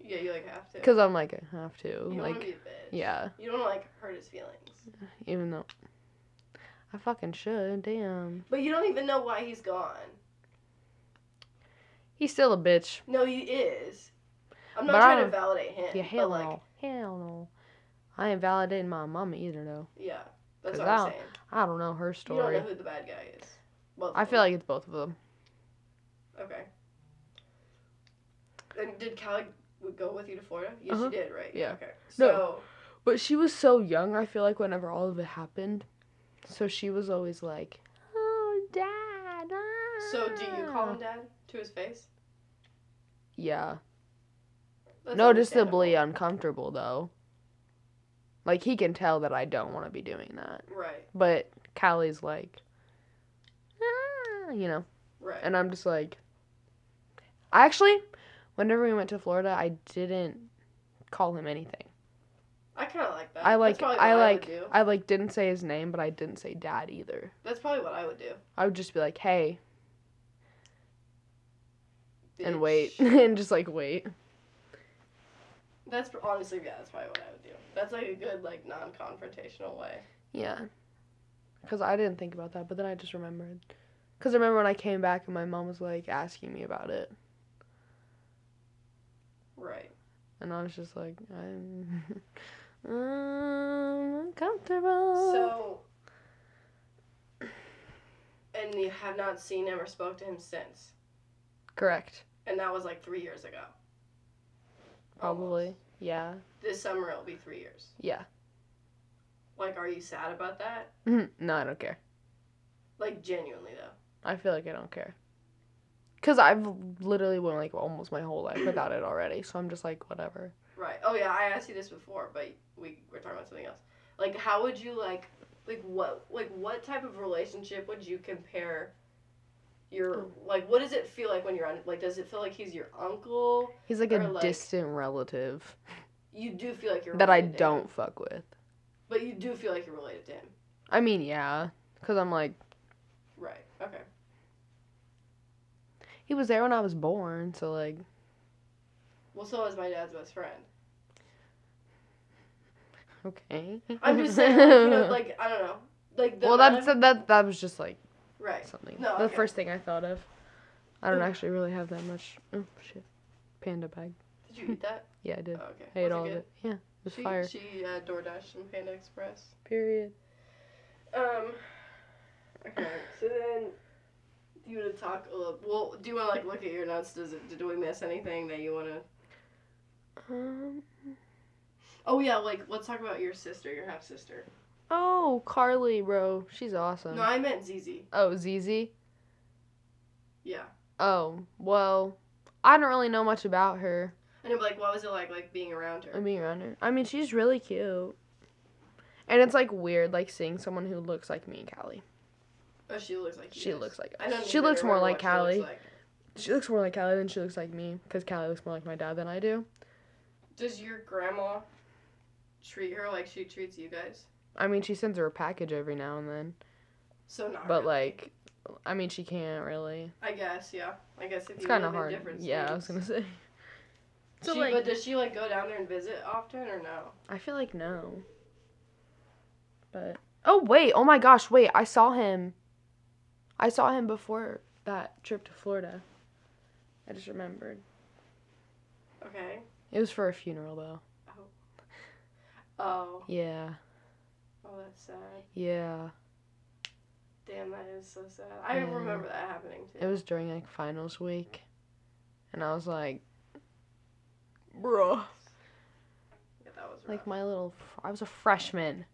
Yeah, you like have to.
because I'm like I have to,
you don't wanna
like
be a bitch.
yeah,
You don't wanna, like hurt his feelings.
even though I fucking should. Damn.
But you don't even know why he's gone.
He's still a bitch.
No, he is. I'm not
But I
trying to
don't-
validate him.
Yeah,
but,
hell
like,
no. Hell no. I ain't validating my mama either, though.
Yeah, that's
'Cause
what
I
I'm
don't-
saying.
I don't know her
You don't
story.
know who the bad guy is. Well,
I feel like it's both of them.
okay. And did Callie w- go with you to Florida? Yes,
Uh-huh.
she did, right?
Yeah.
Okay.
No.
So
But she was so young, I feel like, whenever all of it happened. So she was always like, oh, dad. Ah.
so do you call him dad to his face?
Yeah.
That's
Noticeably
understandable.
uncomfortable, though. Like, he can tell that I don't want to be doing that.
Right.
But Callie's like, ah, you know.
Right.
and I'm just like, I actually, whenever we went to Florida, I didn't call him anything.
I kind of like that.
I
That's
like,
probably
I
what
like,
I would do.
I like didn't say his name, but I didn't say dad either.
That's probably what I would do.
I would just be like, hey, and
Bitch.
wait, <laughs> and just like wait.
That's pr- honestly, yeah, that's probably what I would do. That's like a good, like, non confrontational way.
Yeah, because I didn't think about that, but then I just remembered. Because I remember when I came back and my mom was like asking me about it,
Right.
and I was just like, I'm, <laughs> um, uncomfortable.
So. And you have not seen him or spoke to him since.
correct,
And that was like three years ago.
probably,
Almost.
yeah,
This summer it'll be three years.
yeah.
Like, are you sad about that?
<laughs> no, I don't care.
Like, genuinely, though.
I feel like I don't care. Cause I've literally went like almost my whole life without it already, so I'm just like whatever.
Right. Oh, yeah, I asked you this before, but we were talking about something else. Like, how would you, like, like what like what type of relationship would you compare your
Oh.
like what does it feel like when you're on like does it feel like he's your uncle
He's like
Or,
a
like,
distant relative
you do feel like you're
that I
related to him,
don't fuck with.
but you do feel like you're related to him
I mean, yeah, cause I'm like
right okay
he was there when I was born, so like
well so is my dad's best friend
okay.
i'm
<laughs>
just saying like, you know, like i don't know like the
well,
amount
that's
of-
that that was just like
right
something.
No,
the
okay. Mm.
first thing I thought of. I don't
Ooh.
actually really have that much. Oh shit, panda bag.
Did you eat that?
Yeah, <laughs> I did.
Oh, okay.
Hate
Was
all of
good?
it. Yeah, it was
She,
fire.
she uh, DoorDashed and Panda Express.
Period.
Um. Okay. So then, you want to talk a little? Well, do you want to like look at your notes? Does it? Did we miss anything that you want to?
Um.
Oh yeah, like let's talk about your sister, your half sister.
Oh, Carly, bro. She's awesome.
No, I meant Zizi.
oh, ZZ?
Yeah.
Oh, well, I don't really know much about her.
And I'm like, what was it like, like being around
I
her?
mean, around her. I mean, she's really cute. And it's like weird, like seeing someone who looks like me and Callie.
Oh, she looks like. you
She
guys.
looks like
I don't.
us. She
even
looks more
remember what
like
she looks
Callie.
like.
She looks more like Callie than she looks like me, because Callie looks more like my dad than I do.
Does your grandma treat her like she treats you guys?
I mean, she sends her a package every now and then,
So not.
but
Oh, really.
like, I mean, she can't really.
I guess yeah. I guess if
It's
you
kind
live
of
in
hard.
different
Yeah, I was
states.
gonna say. So
she,
like,
but does she like go down there and visit often or no?
I feel like no. But oh wait, oh my gosh, wait, I saw him. I saw him before that trip to Florida. I just remembered.
Okay.
It was for a funeral though.
Oh,
Yeah.
oh, that's sad.
Yeah.
Damn, that is so sad. I
Yeah.
remember that happening too.
It was during like finals week. And I was like Bruh.
Yeah, that was rough.
Like my little fr- I was a freshman.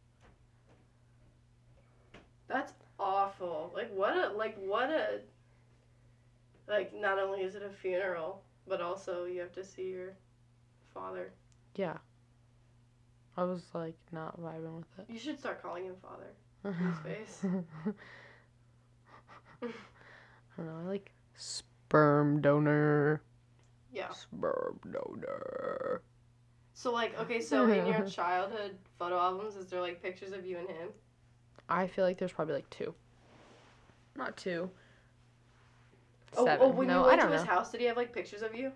That's awful. Like what a like what a. Like not only is it a funeral, but also you have to see your father.
Yeah. I was like not vibing with it.
You should start calling him father.
<laughs>
His face.
I don't know. I like sperm donor.
Yeah.
Sperm donor.
So like okay,
<laughs>
so in your childhood photo albums, is there like pictures of you and him?
I feel like there's probably like two. Not two.
Oh,
Seven.
oh, when
no,
you went
I don't
to
know.
his house, did he have like pictures of you?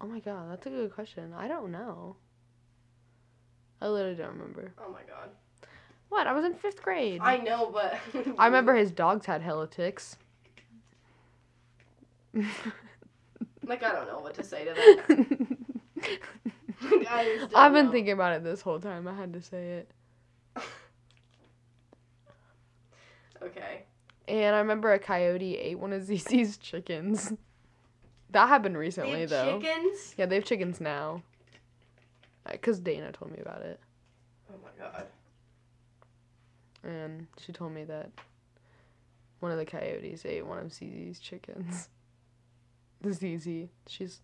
Oh my god, that's a good question. I don't know. I literally don't remember.
Oh my god.
What? I was in fifth grade.
I know, but
I <laughs> remember his dogs had hella ticks.
<laughs> Like I don't know what to say to
<laughs>
that. Like, I just don't
I've been
know.
thinking about it this whole time. I had to say it.
Okay.
And I remember a coyote ate one of <laughs> Zizi's chickens. That happened
They
recently,
have
though.
chickens.
Yeah, they have chickens now. Because Dana told me about it.
Oh my god.
And she told me that one of the coyotes ate one of Zizi's chickens. <laughs> The Zizi. She's.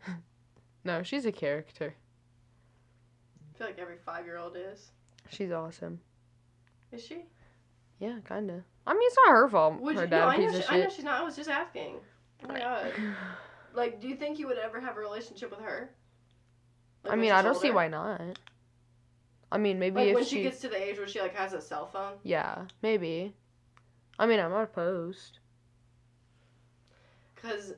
<laughs> no, she's a character.
I feel like every five year old is.
She's awesome.
Is she?
Yeah, kinda. I mean, it's not her fault.
Would
her
you? No,
dad
I know,
piece
she,
of
I know
shit.
she's not. I was just asking. Oh my
<sighs>
god. Like, do you think you would ever have a relationship with her? Like,
I
when
mean, I
she's
don't see
older?
why not. I mean, maybe
Like
if
when she... gets to the age where she like has a cell phone.
Yeah, maybe. I mean, I'm not opposed.
Cause.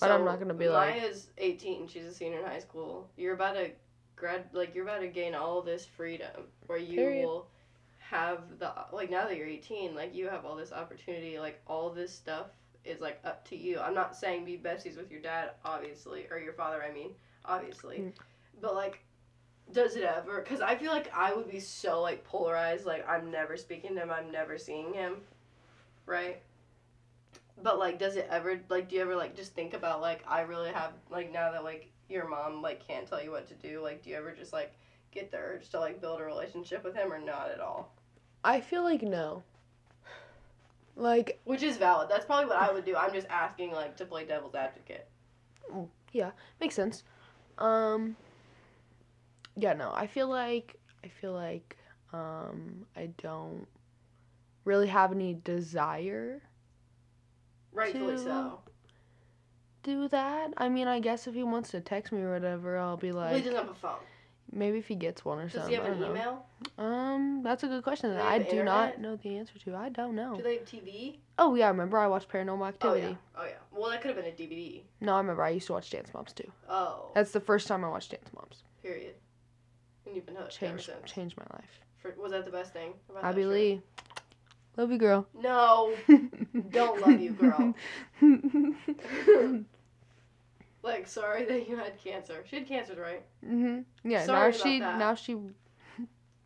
But I'm not gonna be like-
Maya's 18. She's a senior in high school. You're about to grad. Like you're about to gain all this freedom where you
Period.
will have the like now that you're 18. Like you have all this opportunity. Like all this stuff is like up to you. I'm not saying be besties with your dad, obviously, or your father. I mean, obviously,
Mm.
but like. Does it ever? Because I feel like I would be so like polarized. Like I'm never speaking to him. I'm never seeing him. Right. But like, does it ever like? Do you ever like just think about like I really have like now that like your mom like can't tell you what to do? Like, do you ever just like get the urge to like build a relationship with him or not at all?
I feel like no. Like,
Which is valid. That's probably what I would do. I'm just asking like to play devil's advocate.
makes sense. Um Yeah, no. I feel like I feel like um I don't really have any desire
Rightfully
To,
so.
to do that. I mean, I guess if he wants to text me or whatever, I'll be
Well, he
like
doesn't have a phone.
maybe if he gets one or
Does
something.
he have
I
an
don't know.
email?
Um, that's a good question.
Do
that
they
I
have
do
internet?
not know the answer to. I don't know.
Do they have TV?
Oh yeah, I remember I watched Paranormal
Oh
Activity.
yeah. Oh yeah. Well, that could have been a DVD.
No, I remember I used to watch Dance Moms too.
Oh.
That's the first time I watched Dance Moms.
period. And you've been hooked ever
Changed
since.
changed my life.
For, was that the best thing? About that
Abby
show?
Lee. Love you girl.
No. <laughs> Don't love you,
<laughs>
girl. <laughs> Like, sorry that you had cancer. She had cancer, right?
mhm. Yeah,
Sorry
now
about
she
that.
now she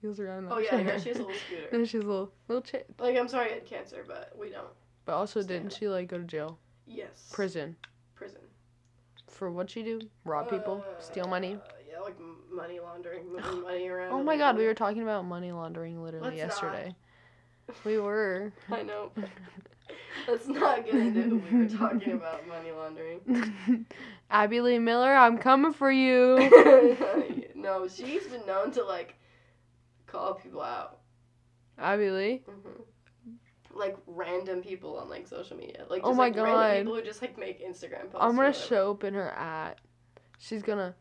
feels around that
Oh yeah, no,
chair.
she
<laughs>
has a little scooter.
Now she's a little little chick.
Like, I'm sorry I had cancer, but we don't.
But also
Stand
didn't
up.
she like go to jail?
Yes.
Prison.
Prison.
For what she do? Rob people, steal money.
Uh, yeah, like m- money laundering,
<gasps>
moving money around.
Oh my god, we
illegally.
were talking about money laundering literally
Let's not.
yesterday. We were.
<laughs>
<laughs>
I know. <laughs> Let's not get into who we were talking about money laundering.
<laughs>
<laughs>
Abby Lee Miller, I'm coming
<laughs>
for you.
no, she's been known to like call people out.
Abby Lee?
hmm Like random people on like social media. Like
Oh
just,
my
like, random
God.
people who just like make Instagram posts.
I'm
or
gonna
whatever.
show open her at. She's gonna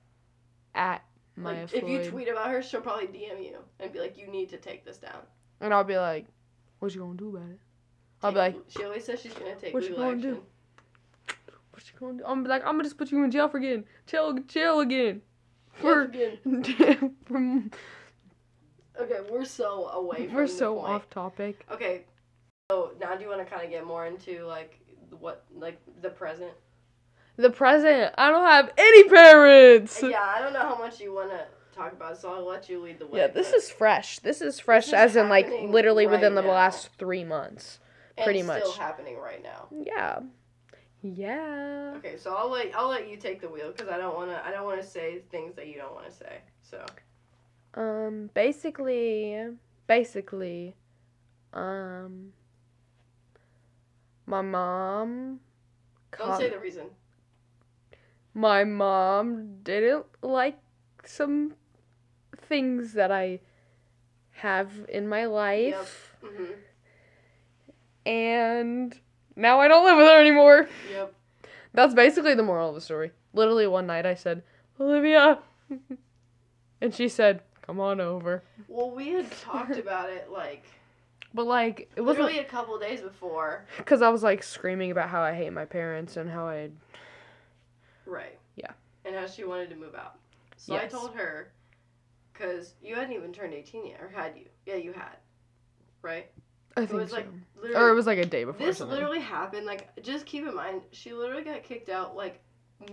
at Maya
Like,
Floyd.
if you tweet about her, she'll probably DM you and be like, "You need to take this down."
and I'll be like, what you gonna do about it? I'll be
Take-
like,
she always says she's gonna take
"What you
legal
gonna
action.
do?" what you gonna do? I'm like, I'm gonna just put you in jail for again. Jail, jail again.
We're,
For, <laughs> from,
okay, we're so away. From
we're
the
so
point.
off topic.
Okay, so now do you want to kind of get more into like what like the present?
The present, I don't have any parents.
yeah, I don't know how much you want to talk about, so I'll let you lead the way.
Yeah, this
but-
is fresh. This is fresh
is
as in like
happening
literally
right
within the
now.
last three months.
and
pretty
it's still
much.
happening right now.
Yeah. Yeah.
Okay, so I'll let I'll let you take the wheel because I don't want to I don't want to say things that you don't want to say. So
Um basically basically um my mom
don't
con-
say the reason.
my mom didn't like some things that I have in my life
hmm
and now I don't live with her anymore.
Yep.
That's basically the moral of the story. Literally one night I said, Olivia <laughs> and she said, Come on over.
Well, we had
<laughs>
talked about it like
But like it wasn't
literally a couple days before.
Because I was like screaming about how I hate my parents and how I.
Right.
Yeah.
And how she wanted to move out. So I
Yes.
told her, because you hadn't even turned 18 yet, or had you? Yeah, you had. Right?
I I
It
think
was like
so.
literally,
Or it was like a day before.
this
something.
literally happened. Like, just keep in mind, she literally got kicked out like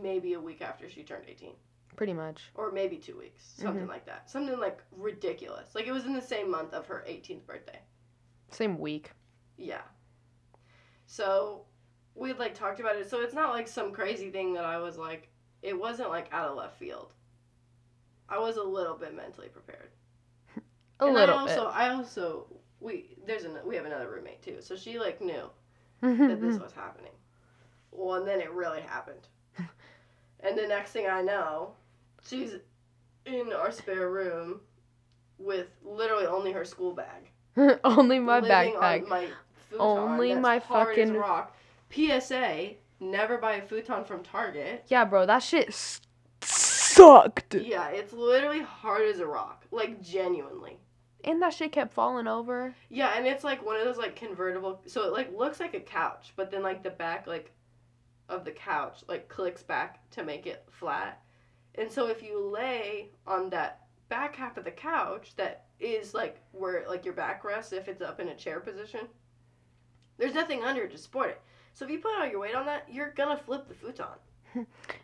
maybe a week after she turned eighteen,
Pretty much.
or maybe two weeks, something
Mm-hmm.
like that. Something like ridiculous. Like it was in the same month of her eighteenth birthday.
Same week.
Yeah. So we had like talked about it. So it's not like some crazy thing that I was like, it wasn't like out of left field. I was a little bit mentally prepared.
A
and
little
I also, I also, we there's an we have another roommate too. So she like knew <laughs> that this
bit.
was happening. Well, and then it really happened.
<laughs>
and the next thing I know, she's in our spare room with literally only her school bag
<laughs> Only my
living
backpack.
On my futon
Only
that's
my
hard as
fucking-
rock. PSA: Never buy a futon from Target.
Yeah, bro, that shit s- sucked.
Yeah, it's literally hard as a rock, like genuinely.
And that shit kept falling over.
Yeah, and it's like one of those like convertible. So it like looks like a couch, but then like the back like of the couch like clicks back to make it flat. And so if you lay on that back half of the couch that is like where like your back rests if it's up in a chair position, there's nothing under to support it. So if you put all your weight on that, you're gonna flip the futon,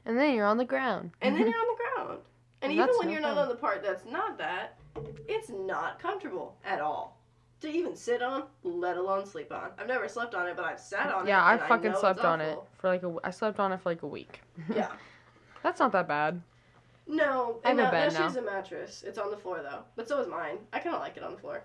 And then you're on the ground.
and
<laughs>
then you're on the ground. And even
Mm-hmm. That's
when
no
you're not
fun.
on the part that's not that, it's not comfortable at all to even sit on, let alone sleep on. I've never slept on it, but I've sat on
yeah,
it.
I
and
fucking
know
slept
it's
on it <laughs>
awful.
for like a. w- I slept on it for like a week.
Yeah.
That's not that bad.
No,
I have
and
a
now,
bed
now
now.
she's a mattress. It's on the floor though, but so is mine. I kind of like it on the floor.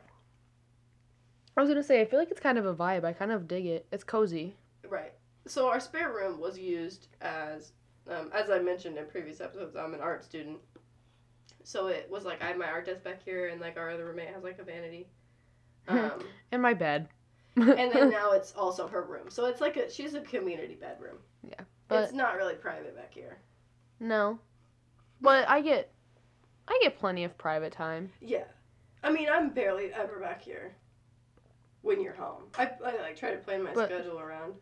I was gonna say, I feel like it's kind of a vibe. I kind of dig it. It's cozy.
Right. So our spare room was used as, um, as I mentioned in previous episodes, I'm an art student. So it was like I had my art desk back here, and like our other roommate has like a
<laughs>
vanity. Um,
And my bed.
and then now it's also her room. So it's like a she's a community bedroom.
Yeah,
it's
but-
not really private back here.
no. But I get, I get plenty of private time.
Yeah, I mean I'm barely ever back here. When you're home, I, I like try to plan my
But-
schedule around.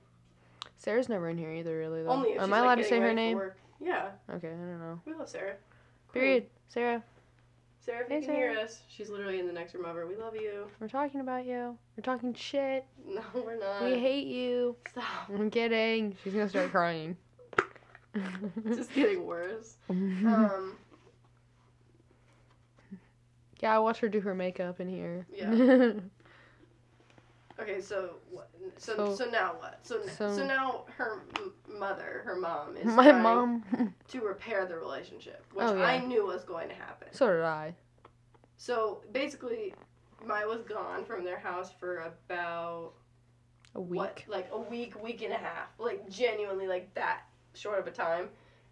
Sarah's never in here either, really. Though.
Only if
Am
she's,
I
like,
allowed to
getting
say her
ready for
name?
work. Yeah,
Okay, I don't know.
we love Sarah. Cool.
Period. Sarah,
Sarah, if
Hey,
you can hear
Sarah.
us, she's literally in the next room over. We love you. <laughs>
we're talking about you. We're talking shit.
No, we're not.
we hate you.
<laughs>
<laughs>
Stop.
I'm kidding. She's gonna start crying.
It's
<laughs>
just getting worse. Um,
yeah, I watched her do her makeup in here.
Yeah.
<laughs>
okay, so what? So so,
So-
now what? So so,
so-
so now her m- mother, her mom is
My
trying- <laughs>
mom.
to repair the relationship, which
Oh, yeah.
I knew was going to happen.
so did I.
So basically, Mai was gone from their house for about
A week.
what, like a week, week and a half, like genuinely like that short of a time,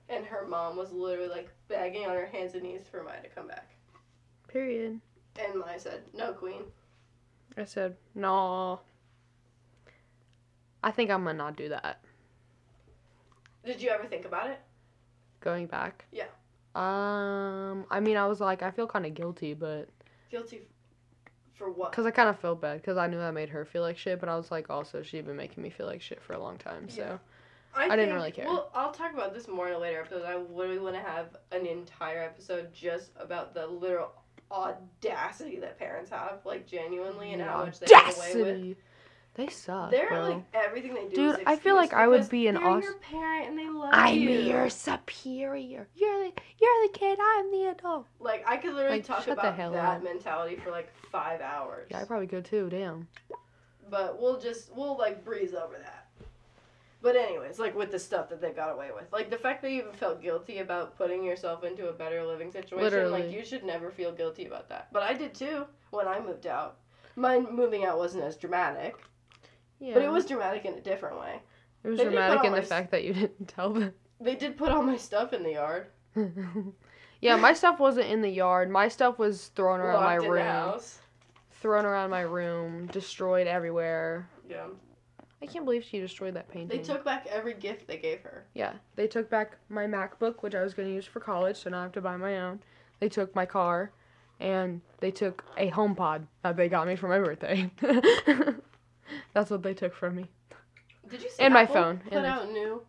and her mom was literally like begging on her hands and knees for Mai to come back,
Period.
and Mai said, "No, queen."
I said no. I think I'm gonna not do that.
Did you ever think about it?
Going back.
Yeah.
Um. I mean, I was like, I feel kind of guilty, but
Guilty f- for what?
because I kind of felt bad because I knew I made her feel like shit, but I was like, also she's been making me feel like shit for a long time, so.
Yeah. I,
didn't really care.
Well, I'll talk about this more in a later episode. I literally want to have an entire episode just about the literal audacity that parents have, like genuinely, and how much they get away with.
Audacity. They suck,
They're
bro.
like everything they do. is
Dude, I
excuse
feel like I would
because
be an
they're
aus-
your parent and they love
I'm
you.
your superior. You're the you're the kid. I'm the adult.
Like I could literally
Like,
talk
shut the
about
hell
that
up.
mentality for like five hours.
Yeah, I probably could too. Damn.
but we'll just we'll like breeze over that. But anyways, like with the stuff that they got away with, like the fact that you even felt guilty about putting yourself into a better living situation, like
Literally.
you should never feel guilty about that. But I did too when I moved out. Mine moving out wasn't as dramatic,
Yeah.
but it was dramatic in a different way.
it was
they did put
dramatic
on
in
my
the
s-
fact that you <laughs> didn't tell
They did put all my stuff in the yard,
them. <laughs> yeah, my stuff wasn't in the yard. My stuff was thrown around
locked
my
in the
room.
house.
Thrown around my room, destroyed everywhere.
Yeah,
I can't believe she destroyed that painting.
they took back every gift they gave her.
Yeah, they took back my MacBook, which I was going to use for college, so now I have to buy my own. They took my car, and they took a HomePod that they got me for my birthday. <laughs> That's what they took from me.
Did you see?
And my
Apple
phone.
put
And-
out new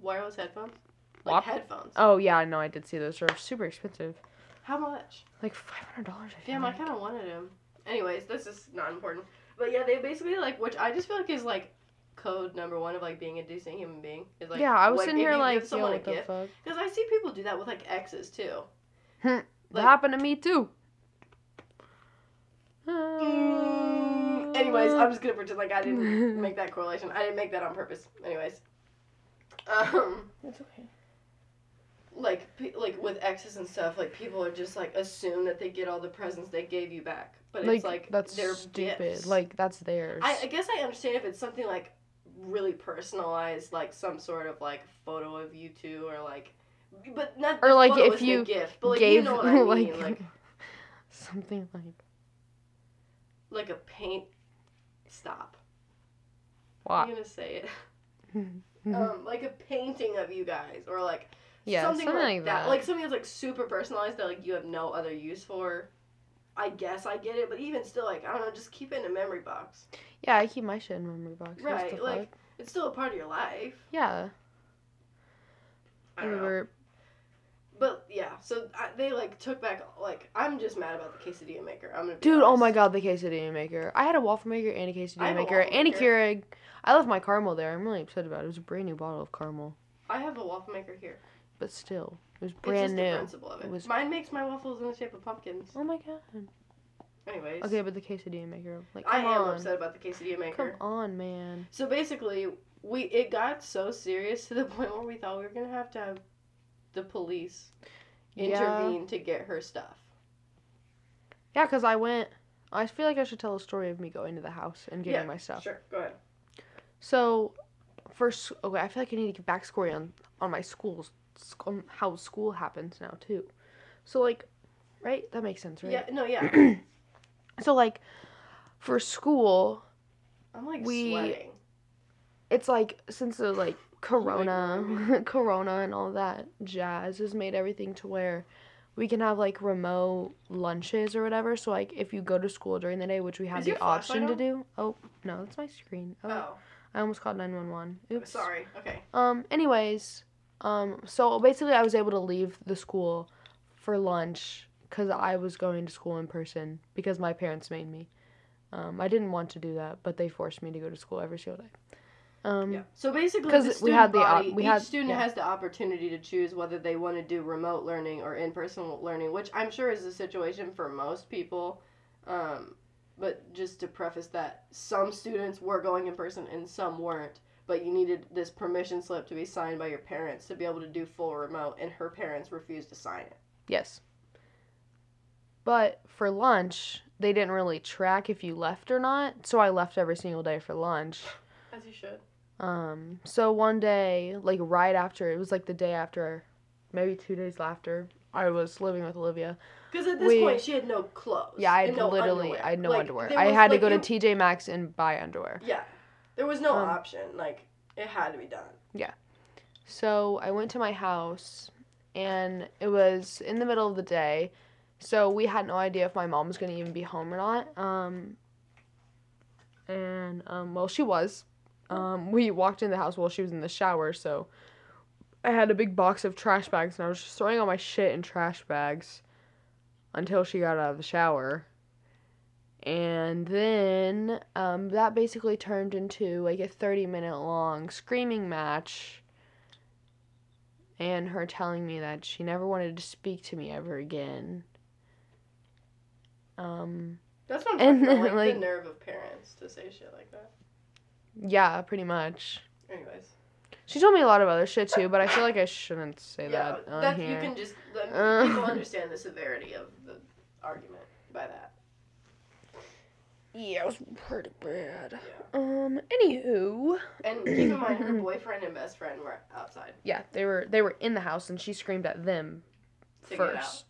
wireless headphones, like
Wap-
headphones.
Oh yeah, I know I did see those. They're super expensive,
How much?
like five hundred dollars. I feel
Damn, I
like.
kind of wanted him. Anyways, this is not important. But yeah, they basically like, which I just feel like is like code number one of like being a decent human being. Is like,
yeah, I was
like,
sitting
if
here
you
like,
give
yo,
someone a
what the
gift,
fuck?
because I see people do that with like exes too.
That
Like-
happened to me too.
Mm, <laughs> Anyways, I'm just gonna pretend like I
<laughs>
didn't make that correlation. I didn't make that on purpose. Anyways, um,
It's okay.
like pe- like with exes and stuff, like people are just like assume that they get all the presents they gave you back, but
like,
it's like
that's
they're
stupid.
gifts.
Like that's theirs.
I, I guess I understand if it's something like really personalized, like some sort of like photo of you two, or like, but not
Or,
the
like,
photo
if
is the
you
gift, but like
gave
you know
<laughs>
what I mean, like like,
something like
a paint. Stop.
what?
I'm gonna say it.
Uh,
Um, like a painting of you guys, or like
Mm-hmm. yeah,
something, like, that.
that.
like something that's like super personalized that like you have no other use for. I guess I get it, but even still, like I don't know, just keep it in a memory box.
yeah, I keep my shit in memory box. what
Right,
the
like-
fuck?
It's still a part of your life.
yeah.
I don't
we
know.
were-
But yeah, so I, they like took back like I'm just mad about the quesadilla maker. I'm gonna be
Dude, oh my
honest.
god, the quesadilla maker. I had a waffle maker and a
I
quesadilla
have a
maker
waffle
and a
maker.
Keurig. I left my caramel there. I'm really upset about it. It was a brand new bottle of caramel,
I have a waffle maker here.
but still, it was
it's
brand
just
new.
the principle of it.
It was-
Mine makes my waffles in the shape of pumpkins.
Oh my god.
Anyways,
Okay, but the quesadilla maker. Like,
I
come
am
on.
upset about the quesadilla
Come
maker.
on, man.
So basically, we it got so serious <laughs> to the point where we thought we were gonna have to have the police intervene to get her stuff.
Yeah, because I went. I feel like I should tell a story of me going to the house and getting
Yeah,
my stuff.
Sure, go ahead.
So, first, okay, I feel like I need to give backstory on on my school's sc- on how school happens now too. So like, right? That makes sense, right?
Yeah, no, yeah.
So like, for school,
I'm like
We-
sweating.
it's like since the like corona <laughs>
Like,
corona and all that jazz has made everything to where we can have like remote lunches or whatever so like if you go to school during the day which we have
Is
the
your flashlight
option to
on?
do oh no that's my screen oh,
Oh,
i almost called 911 oops
sorry. Okay.
um anyways um so basically i was able to leave the school for lunch because i was going to school in person because my parents made me um i didn't want to do that but they forced me to go to school every single day um
Yeah. So basically,
'Cause
the
we had
student
the op-
body,
we
each
had-
student
yeah.
has the opportunity to choose whether they want to do remote learning or in-person learning, which I'm sure is the situation for most people. Um, but just to preface that, some students were going in person and some weren't. But you needed this permission slip to be signed by your parents to be able to do full remote, and her parents refused to sign it.
Yes. But for lunch, they didn't really track if you left or not, so I left every single day for lunch.
As you should.
Um, so one day, like right after, it was like the day after, maybe two days after, I was living with Olivia.
Because at this
We-
point, she had no clothes.
Yeah, I
and no
literally,
underwear.
I had no
Like,
underwear.
there
I
was,
had
like,
to go
it-
to TJ Maxx and buy underwear.
Yeah, there was no
Um,
option. Like it had to be done.
So I went to my house, and it was in the middle of the day, so we had no idea if my mom was gonna even be home or not. Um, and um, well, she was. Um, we walked in the house while she was in the shower, so I had a big box of trash bags, and I was just throwing all my shit in trash bags until she got out of the shower. And then um, that basically turned into like a 30 minute long screaming match and her telling me that she never wanted to speak to me ever again. Um,
That's what I'm
And
talking about, like,
then,
the
like-
nerve of parents to say shit like that.
yeah, pretty much.
Anyways,
She told me a lot of other shit too, but I feel like I shouldn't say
yeah,
that on
that
here.
you can just the,
<laughs> Uh.
people understand the severity of the argument by that.
Yeah, it was pretty bad.
Yeah,
Um, anywho,
and keep in
<laughs>
mind her boyfriend and best friend were outside.
yeah, they were they were in the house, and she screamed at them
To get out.
first.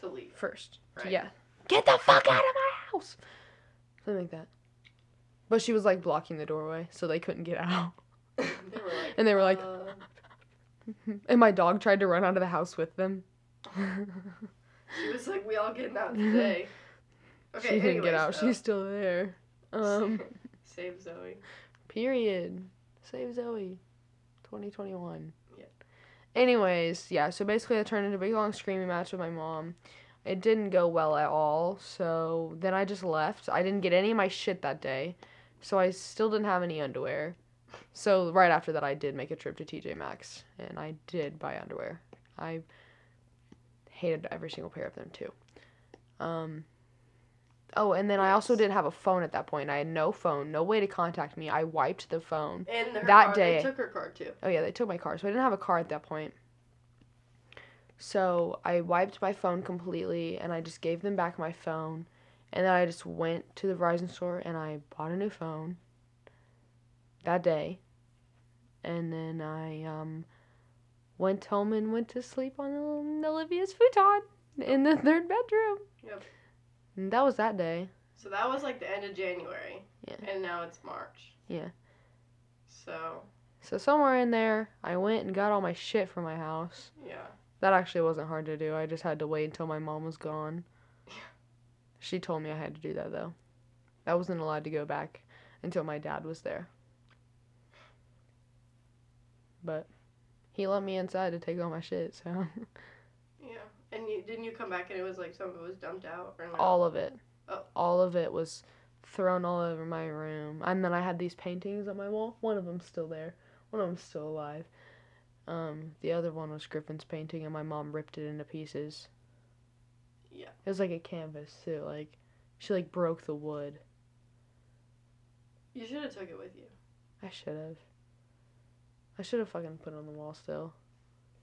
To leave, <laughs>
first.
Right.
Yeah. Get the fuck out of my house. Something like that. But she was like blocking the doorway, so they couldn't get out.
they were like,
And they <laughs> were like,
uh,
<laughs> and my dog tried to run out of the house with them. <laughs>
she was like, we all getting out today. Okay,
she didn't
anyways,
get
uh,
out.
though.
She's still there. Um,
<laughs> save Zoe.
period. Save Zoe. 2021.
Yeah.
Anyways, yeah, so basically I turned into a big long screaming match with my mom. It didn't go well at all. So then I just left. I didn't get any of my shit that day. So I still didn't have any underwear. So right after that, I did make a trip to TJ Maxx and I did buy underwear. I hated every single pair of them too. Um, oh, and then I also
Yes.
didn't have a phone at that point. I had no phone, no way to contact me. I wiped the phone.
And her
That
car,
day-
they took her car too.
Oh yeah, they took my car, so I didn't have a car at that point. So I wiped my phone completely, and I just gave them back my phone, and then I just went to the Verizon store and I bought a new phone. That day, and then I um, went home and went to sleep on Ol- Olivia's futon in the third bedroom.
Yep.
And that was that day.
So that was like the end of January.
Yeah.
And now it's March.
Yeah.
So
So somewhere in there, I went and got all my shit from my house.
yeah.
That actually wasn't hard to do. I just had to wait until my mom was gone. She told me I had to do that though. I wasn't allowed to go back until my dad was there. But he let me inside to take all my shit, so
Yeah. And you, didn't you come back and it was like some of it was dumped out or no?
all of it.
Oh.
All of it was thrown all over my room. And then I had these paintings on my wall. One of them's still there. One of them's still alive. Um, the other one was Griffin's painting, and my mom ripped it into pieces.
Yeah.
It was like a canvas too. Like she like broke the wood.
You should have took it with you.
I should have. I should have fucking put it on the wall still.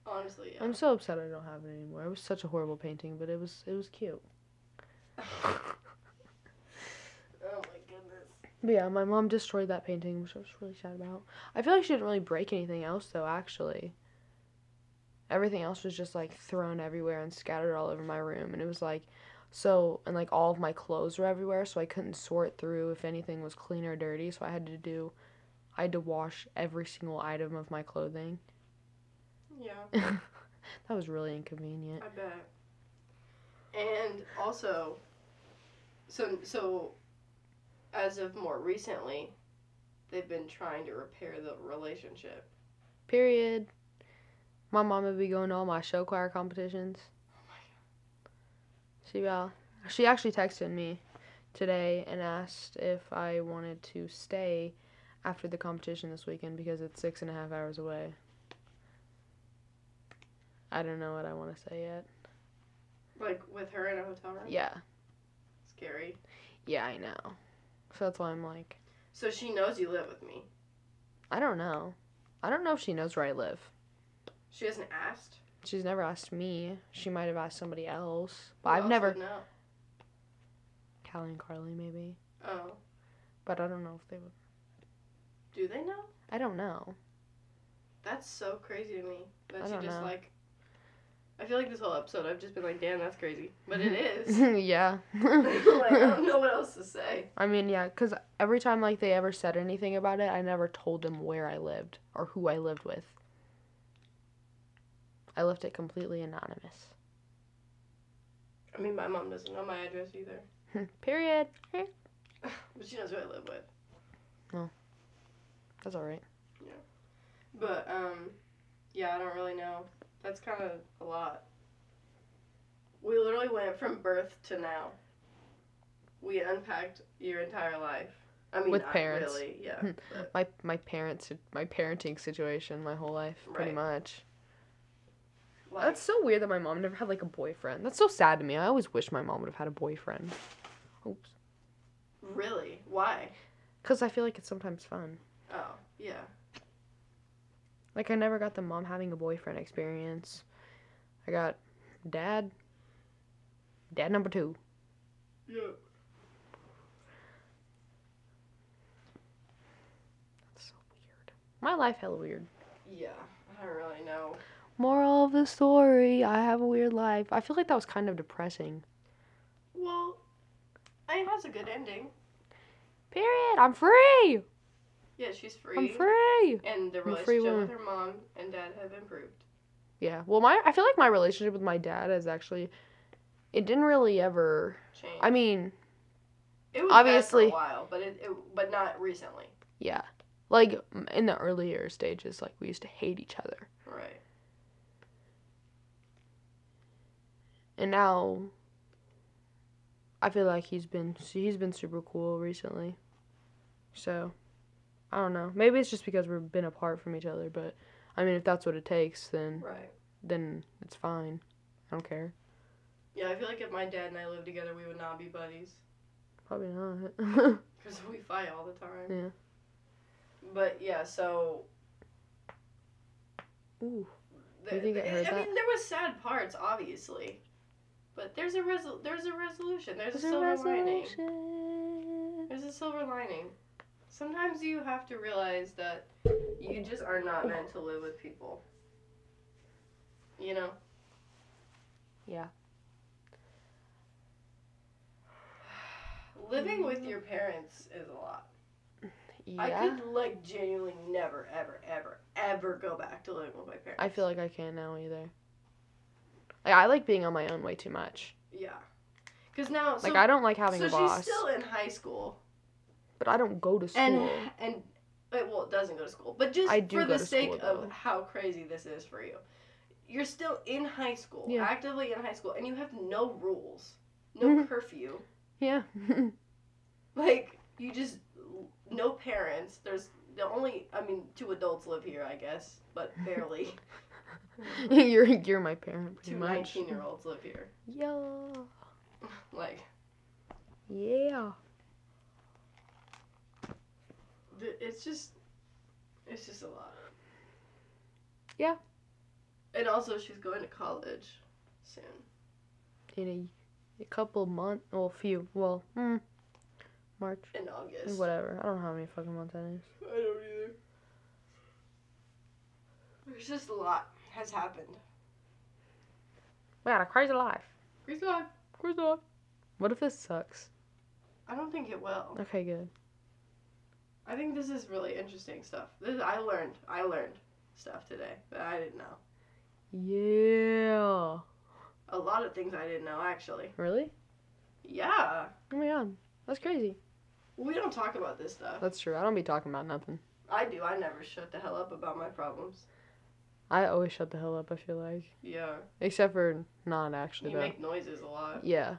Honestly, yeah.
I'm so upset I don't have it anymore. It was such a horrible painting, but it was it was cute.
oh my goodness.
But yeah, my mom destroyed that painting, which I was really sad about. I feel like she didn't really break anything else though, actually. Everything else was just like thrown everywhere and scattered all over my room and it was like so and like all of my clothes were everywhere, so I couldn't sort through if anything was clean or dirty, so I had to do I had to wash every single item of my clothing. <laughs>
Yeah.
that was really inconvenient.
I bet. And also, so so, as of more recently, they've been trying to repair the relationship.
Period. My mom would be going to all my show choir competitions.
Oh my
She uh, she actually texted me today and asked if I wanted to stay after the competition this weekend because it's six and a half hours away. I don't know what I want to say yet.
god! Like with her in a hotel room.
Yeah,
Scary.
yeah, I know. So that's why I'm like,
So she knows you live with me.
I don't know. I don't know if she knows where I live.
She hasn't asked.
She's never asked me. She might have asked somebody else, but
Who
I've
else
never.
would know?
Callie and Carly maybe,
Oh,
but I don't know if they would.
do they know?
I don't know.
That's so crazy to me that
I
she
don't
just
know.
like. I feel like this whole episode I've just been like, damn, that's crazy, but
<laughs>
it is. <laughs>
<laughs> yeah.
like I don't know what else to say.
I mean, yeah, because every time like they ever said anything about it, I never told them where I lived or who I lived with. I left it completely <laughs> anonymous.
I mean, my mom doesn't know my address either, <laughs>
Period.
but she knows who I live with.
That's all right.
But um, yeah, I don't really know. That's kind of a lot. We literally went from birth to now. We unpacked your entire life. I mean,
With
not
parents.
really, yeah.
Hmm.
but-
My my parents, my parenting situation, my whole life, pretty
Right.
much.
like,
That's so weird that my mom never had like a boyfriend. That's so sad to me. I always wish my mom would have had a boyfriend. Oops.
really why?
Cause I feel like it's sometimes fun.
Oh, yeah.
Like I never got the mom having a boyfriend experience. I got dad. Dad number two.
Yeah.
So weird. My life hella weird.
Yeah. I don't really know.
Moral of the story, I have a weird life. I feel like that was kind of depressing.
Well, I mean, it has a good ending.
Period. I'm free.
Yeah, she's free.
I'm free.
And the
I'm a
relationship
free
with her mom and dad have improved.
Yeah. Well, my I feel like my relationship with my dad is actually it didn't really ever
Changed.
I mean,
it was
obviously-
bad for a while, but it, it but not recently.
yeah. Like m- in the earlier stages like we used to hate each other.
Right.
And now I feel like he's been he's been super cool recently. So, I don't know. Maybe it's just because we've been apart from each other, but I mean, if that's what it takes, then
Right.
then it's fine. I don't care.
Yeah, I feel like if my dad and I lived together, we would not be buddies
Probably not. <laughs>
because we fight all the time.
Yeah.
But yeah, so
Ooh.
th-
You think I heard
I
that?
mean, there was sad parts, obviously, but there's a resol- there's a resolution. There's, a
There's
silver
a
lining.
resolution.
There's a silver lining. Sometimes you have to realize that you just are not meant to live with people. You know.
Yeah.
Living with your parents is a lot. I
Mm. Yeah.
could like genuinely never, ever, ever, ever go back to living with my parents.
I feel like I can't now either. Like I like being on my own way too much.
yeah, because now
Like
so,
I don't like having
so
a boss,
she's still in high school
but I don't go to school.
and and it, well it doesn't go to school, but just
I do
for
go
the
to
sake
school, though.
of how crazy this is for you, you're still in high school,
Yeah.
actively in high school, and you have no rules, no
Mhm.
curfew,
yeah. <laughs>
like you just no parents. There's the only I mean two adults live here, I guess,
<laughs>
but barely.
you're you're my parent pretty
Two
much.
19 year olds live here.
Yeah.
Like,
Yeah.
th- it's just, it's just a lot.
Yeah.
And also, she's going to college soon.
In a, a couple month, well, few, well, mm, March,
In August.
whatever. I don't know how many fucking months that is.
I don't either. There's just a lot has happened.
We got a crazy life.
Grease alive.
Crazy life. What if this sucks?
I don't think it will.
Okay, good.
I think this is really interesting stuff. This I learned. I learned stuff today that I didn't know.
Yeah.
A lot of things I didn't know actually.
Really?
Yeah.
Oh my god, that's crazy.
We don't talk about this stuff.
That's true. I don't be talking about nothing.
I do. I never shut the hell up about my problems.
I always shut the hell up. I feel like,
Yeah.
except for not actually
You
though.
make noises a lot.
yeah.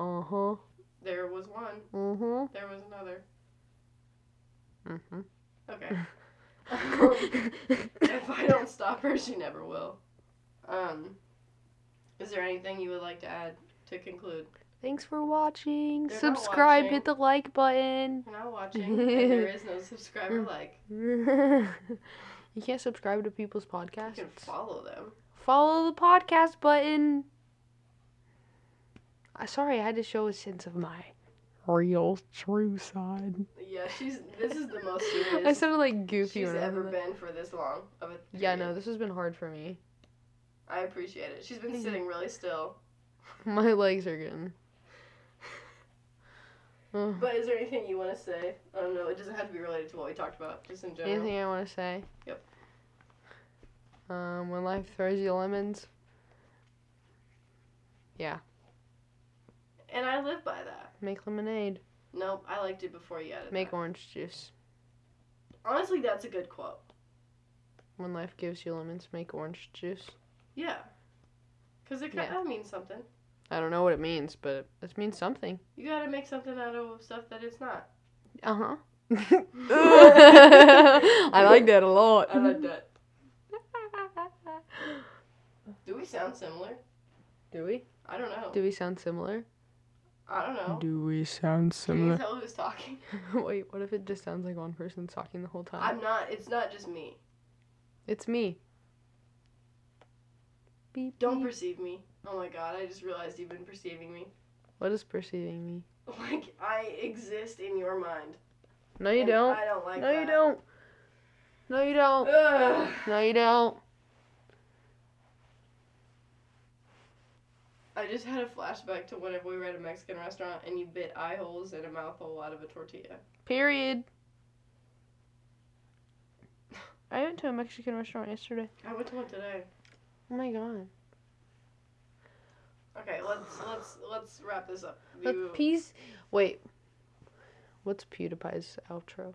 Uh huh.
There was one.
Uh huh.
There was another.
Mhm.
Okay. <laughs>
Mm-hmm. <laughs>
if I don't stop her, she never will. Um, is there anything you would like to add to conclude?
Thanks for watching.
They're not
Subscribe.
watching.
Hit the like button. <laughs>
You're not watching, and there is no subscriber like.
you can't subscribe to people's
You
podcasts.
can follow them.
Follow the podcast button. I sorry, I had to show a sense of my real true side.
Yeah, she's. This is the most
<laughs> I
serious
sounded like goofy.
she's
when I
ever
said
been for this long. Of a
that. Yeah, no,
period.
this has been hard for me. <laughs>
I appreciate it. She's been
Mhm.
sitting really still.
My legs are getting. <sighs> Ugh.
But is there anything you want to say? I don't know. It doesn't have to be related to what we talked about. Just in general.
Anything I want to say?
Yep.
Um, when life throws you lemons.
And I live by that.
Make lemonade.
Nope, I liked it before you added
Make
that.
orange juice.
Honestly, that's a good quote.
When life gives you lemons, make orange juice.
Yeah. Because it kind
Yeah.
of means something.
I don't know what it means, but it means something.
You gotta make something out of stuff that it's <laughs> not.
Uh
Uh-huh.
huh. <laughs> I like that a lot.
I like that. Do we sound similar?
<laughs> Do we?
I don't know.
Do we sound similar?
I don't know.
Do we sound
Can you <laughs> tell who's talking?
<laughs> Wait, what if it just sounds like one person's talking the whole time?
I'm not. It's not just me.
It's me. Beep,
Don't
beep.
perceive me. Oh my god, I just realized you've been perceiving me. <laughs>
what is perceiving me?
Like, I exist in your mind.
No, you
And
don't.
I don't like
no,
that.
you don't. No, you don't.
Ugh.
No, you don't.
I just had a flashback to whenever we were at a Mexican restaurant and you bit eye holes and a mouthful out of a tortilla.
Period. I went to a Mexican restaurant yesterday.
I went to one today.
Oh my god.
Okay, let's let's let's wrap this up.
That's
You-
peas. Wait. What's PewDiePie's outro?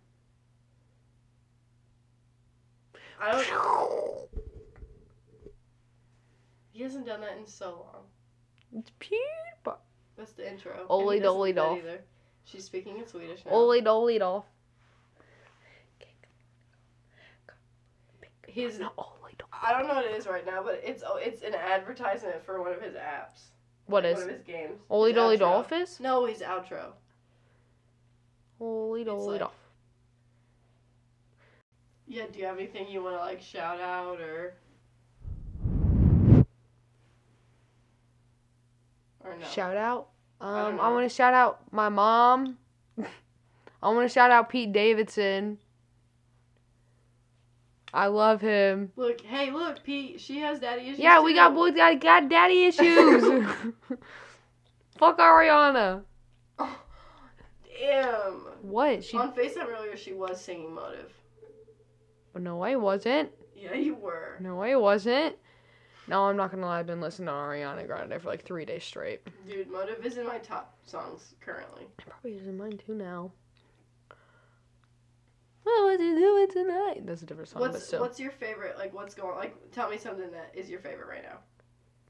I don't. He hasn't done that in so long.
It's PewDiePie.
That's the intro.
Ole
And he doesn't
dole
do that
doll.
either. She's speaking in Swedish now.
Ole doly doll.
He's-
ole doll.
I don't know what it is right now, but it's oh, it's an advertisement for one of his apps.
What
Like,
is
one of his games?
ole
His
doly
outro.
dolphis?
No, his outro.
Ole doly
like-
doll.
Yeah. Do you have anything you want to like shout out or? Or no.
Shout out.
don't
Um,
know.
I want to shout out my mom. <laughs> I want to shout out Pete Davidson. I love him.
look, hey, look, Pete. She has daddy issues.
Yeah, we got
too.
boy got, got daddy issues. <laughs> Fuck Ariana.
Damn.
What? She?
On FaceTime earlier, she was singing Motive.
No, I wasn't.
Yeah, you were.
No, I wasn't. No, I'm not gonna lie. I've been listening to Ariana Grande for like three days straight.
Dude, Motive is in my top songs currently.
It probably is in mine too now. Well, what you doing tonight? That's a different song, but
what's
still.
what's your favorite? Like, what's going? Like, tell me something that is your favorite right now.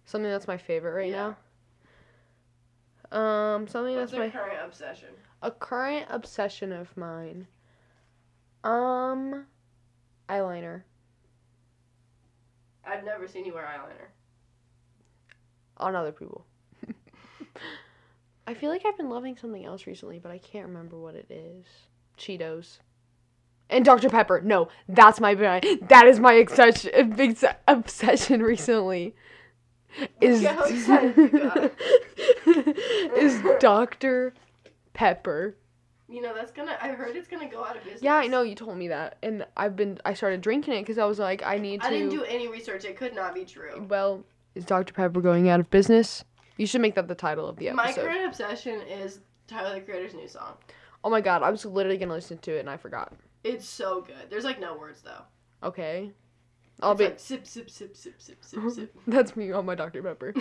Something that's my favorite right
Yeah.
now. Um, something
What's
that's
your
my
current obsession?
a current obsession of mine. Um, eyeliner.
I've never seen you wear eyeliner.
on other people. I feel like I've been loving something else recently, but I can't remember what it is. Cheetos. And Dr. Pepper. No, that's my that is my obsession big s- obsession recently. Is
Yeah, how excited you got.
<laughs> is Dr. Pepper.
You know that's gonna. I heard it's gonna go out of business.
Yeah, I know you told me that, and I've been I started drinking it because I was like I need to.
I didn't do any research. It could not be true.
well, is Dr. Pepper going out of business? You should make that the title of the episode.
My current obsession is Tyler the Creator's new song.
Oh my god, I was literally gonna listen to it and I forgot.
It's so good. There's like no words though.
Okay. I'll
it's
be <laughs> Mm-hmm.
like sip sip sip sip sip sip sip. <laughs>
That's me on my Dr. Pepper.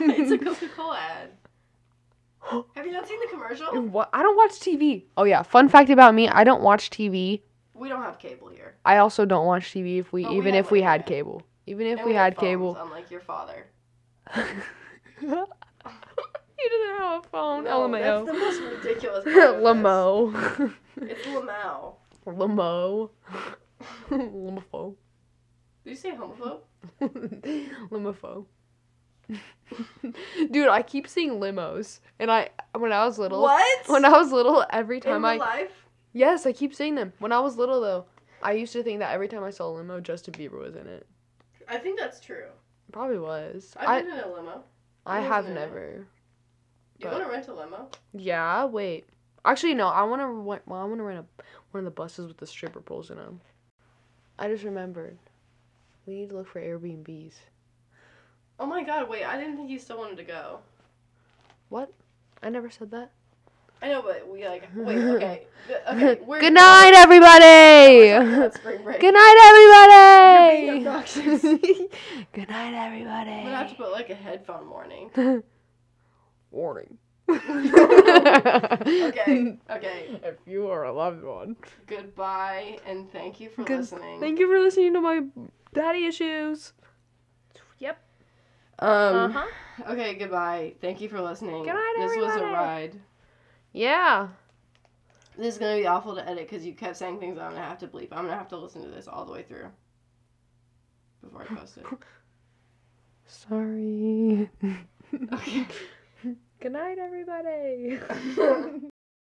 it's a Coca Cola
<gasps>
ad. Have you not seen the commercial?
what I don't watch TV. Oh yeah, fun fact about me, I don't watch TV.
We don't have cable here.
I also don't watch TV if we
But we
even
have
if we had
internet.
cable. Even if
And
we,
have
had
phones,
cable. <laughs>
Unlike your father.
he doesn't have a phone.
No, That's the
LMAO. <laughs>
most ridiculous. part of
Lamo.
this. It's Lamau.
Lamo. Lamofo.
Did you say homophobe?
<laughs> Limofo. <laughs> Dude, I keep seeing limos. And I when I was little
What?
When I was little, every
In
time I
real life?
yes, I keep seeing them. When I was little though, I used to think that every time I saw a limo, Justin Bieber was in it.
I think that's true.
Probably was.
I've
I
been in a limo.
I
he
have
wasn't in it.
never.
Do you
But-
want to rent a limo?
Yeah, wait. Actually, no. I want to. Well, I want to rent a, one of the buses with the stripper poles in them. I just remembered. We need to look for Airbnbs.
Oh my god, wait, I didn't think you still wanted to go.
I never said that.
I know, but we like,
<laughs>
wait, okay. Th- Okay, we're.
Good night,
We're talking
everybody.
about
<laughs>
spring break.
Good night,
You're being obnoxious.
everybody. <laughs> Good night,
I'm gonna have to
everybody.
put like a headphone warning.
<laughs> Warning. <laughs>
Okay, okay.
If you are a loved one.
Goodbye, and thank you for
Good-
listening.
Thank you for listening to my daddy issues. Yep.
um, Okay, goodbye. Thank you for listening.
Uh-huh. Good night,
this was a
everybody.
ride.
Yeah.
This is gonna be awful to edit because you kept saying things I'm gonna have to bleep. I'm gonna have to listen to this all the way through before I post it.
Sorry.
Okay. <laughs>
Good night, everybody.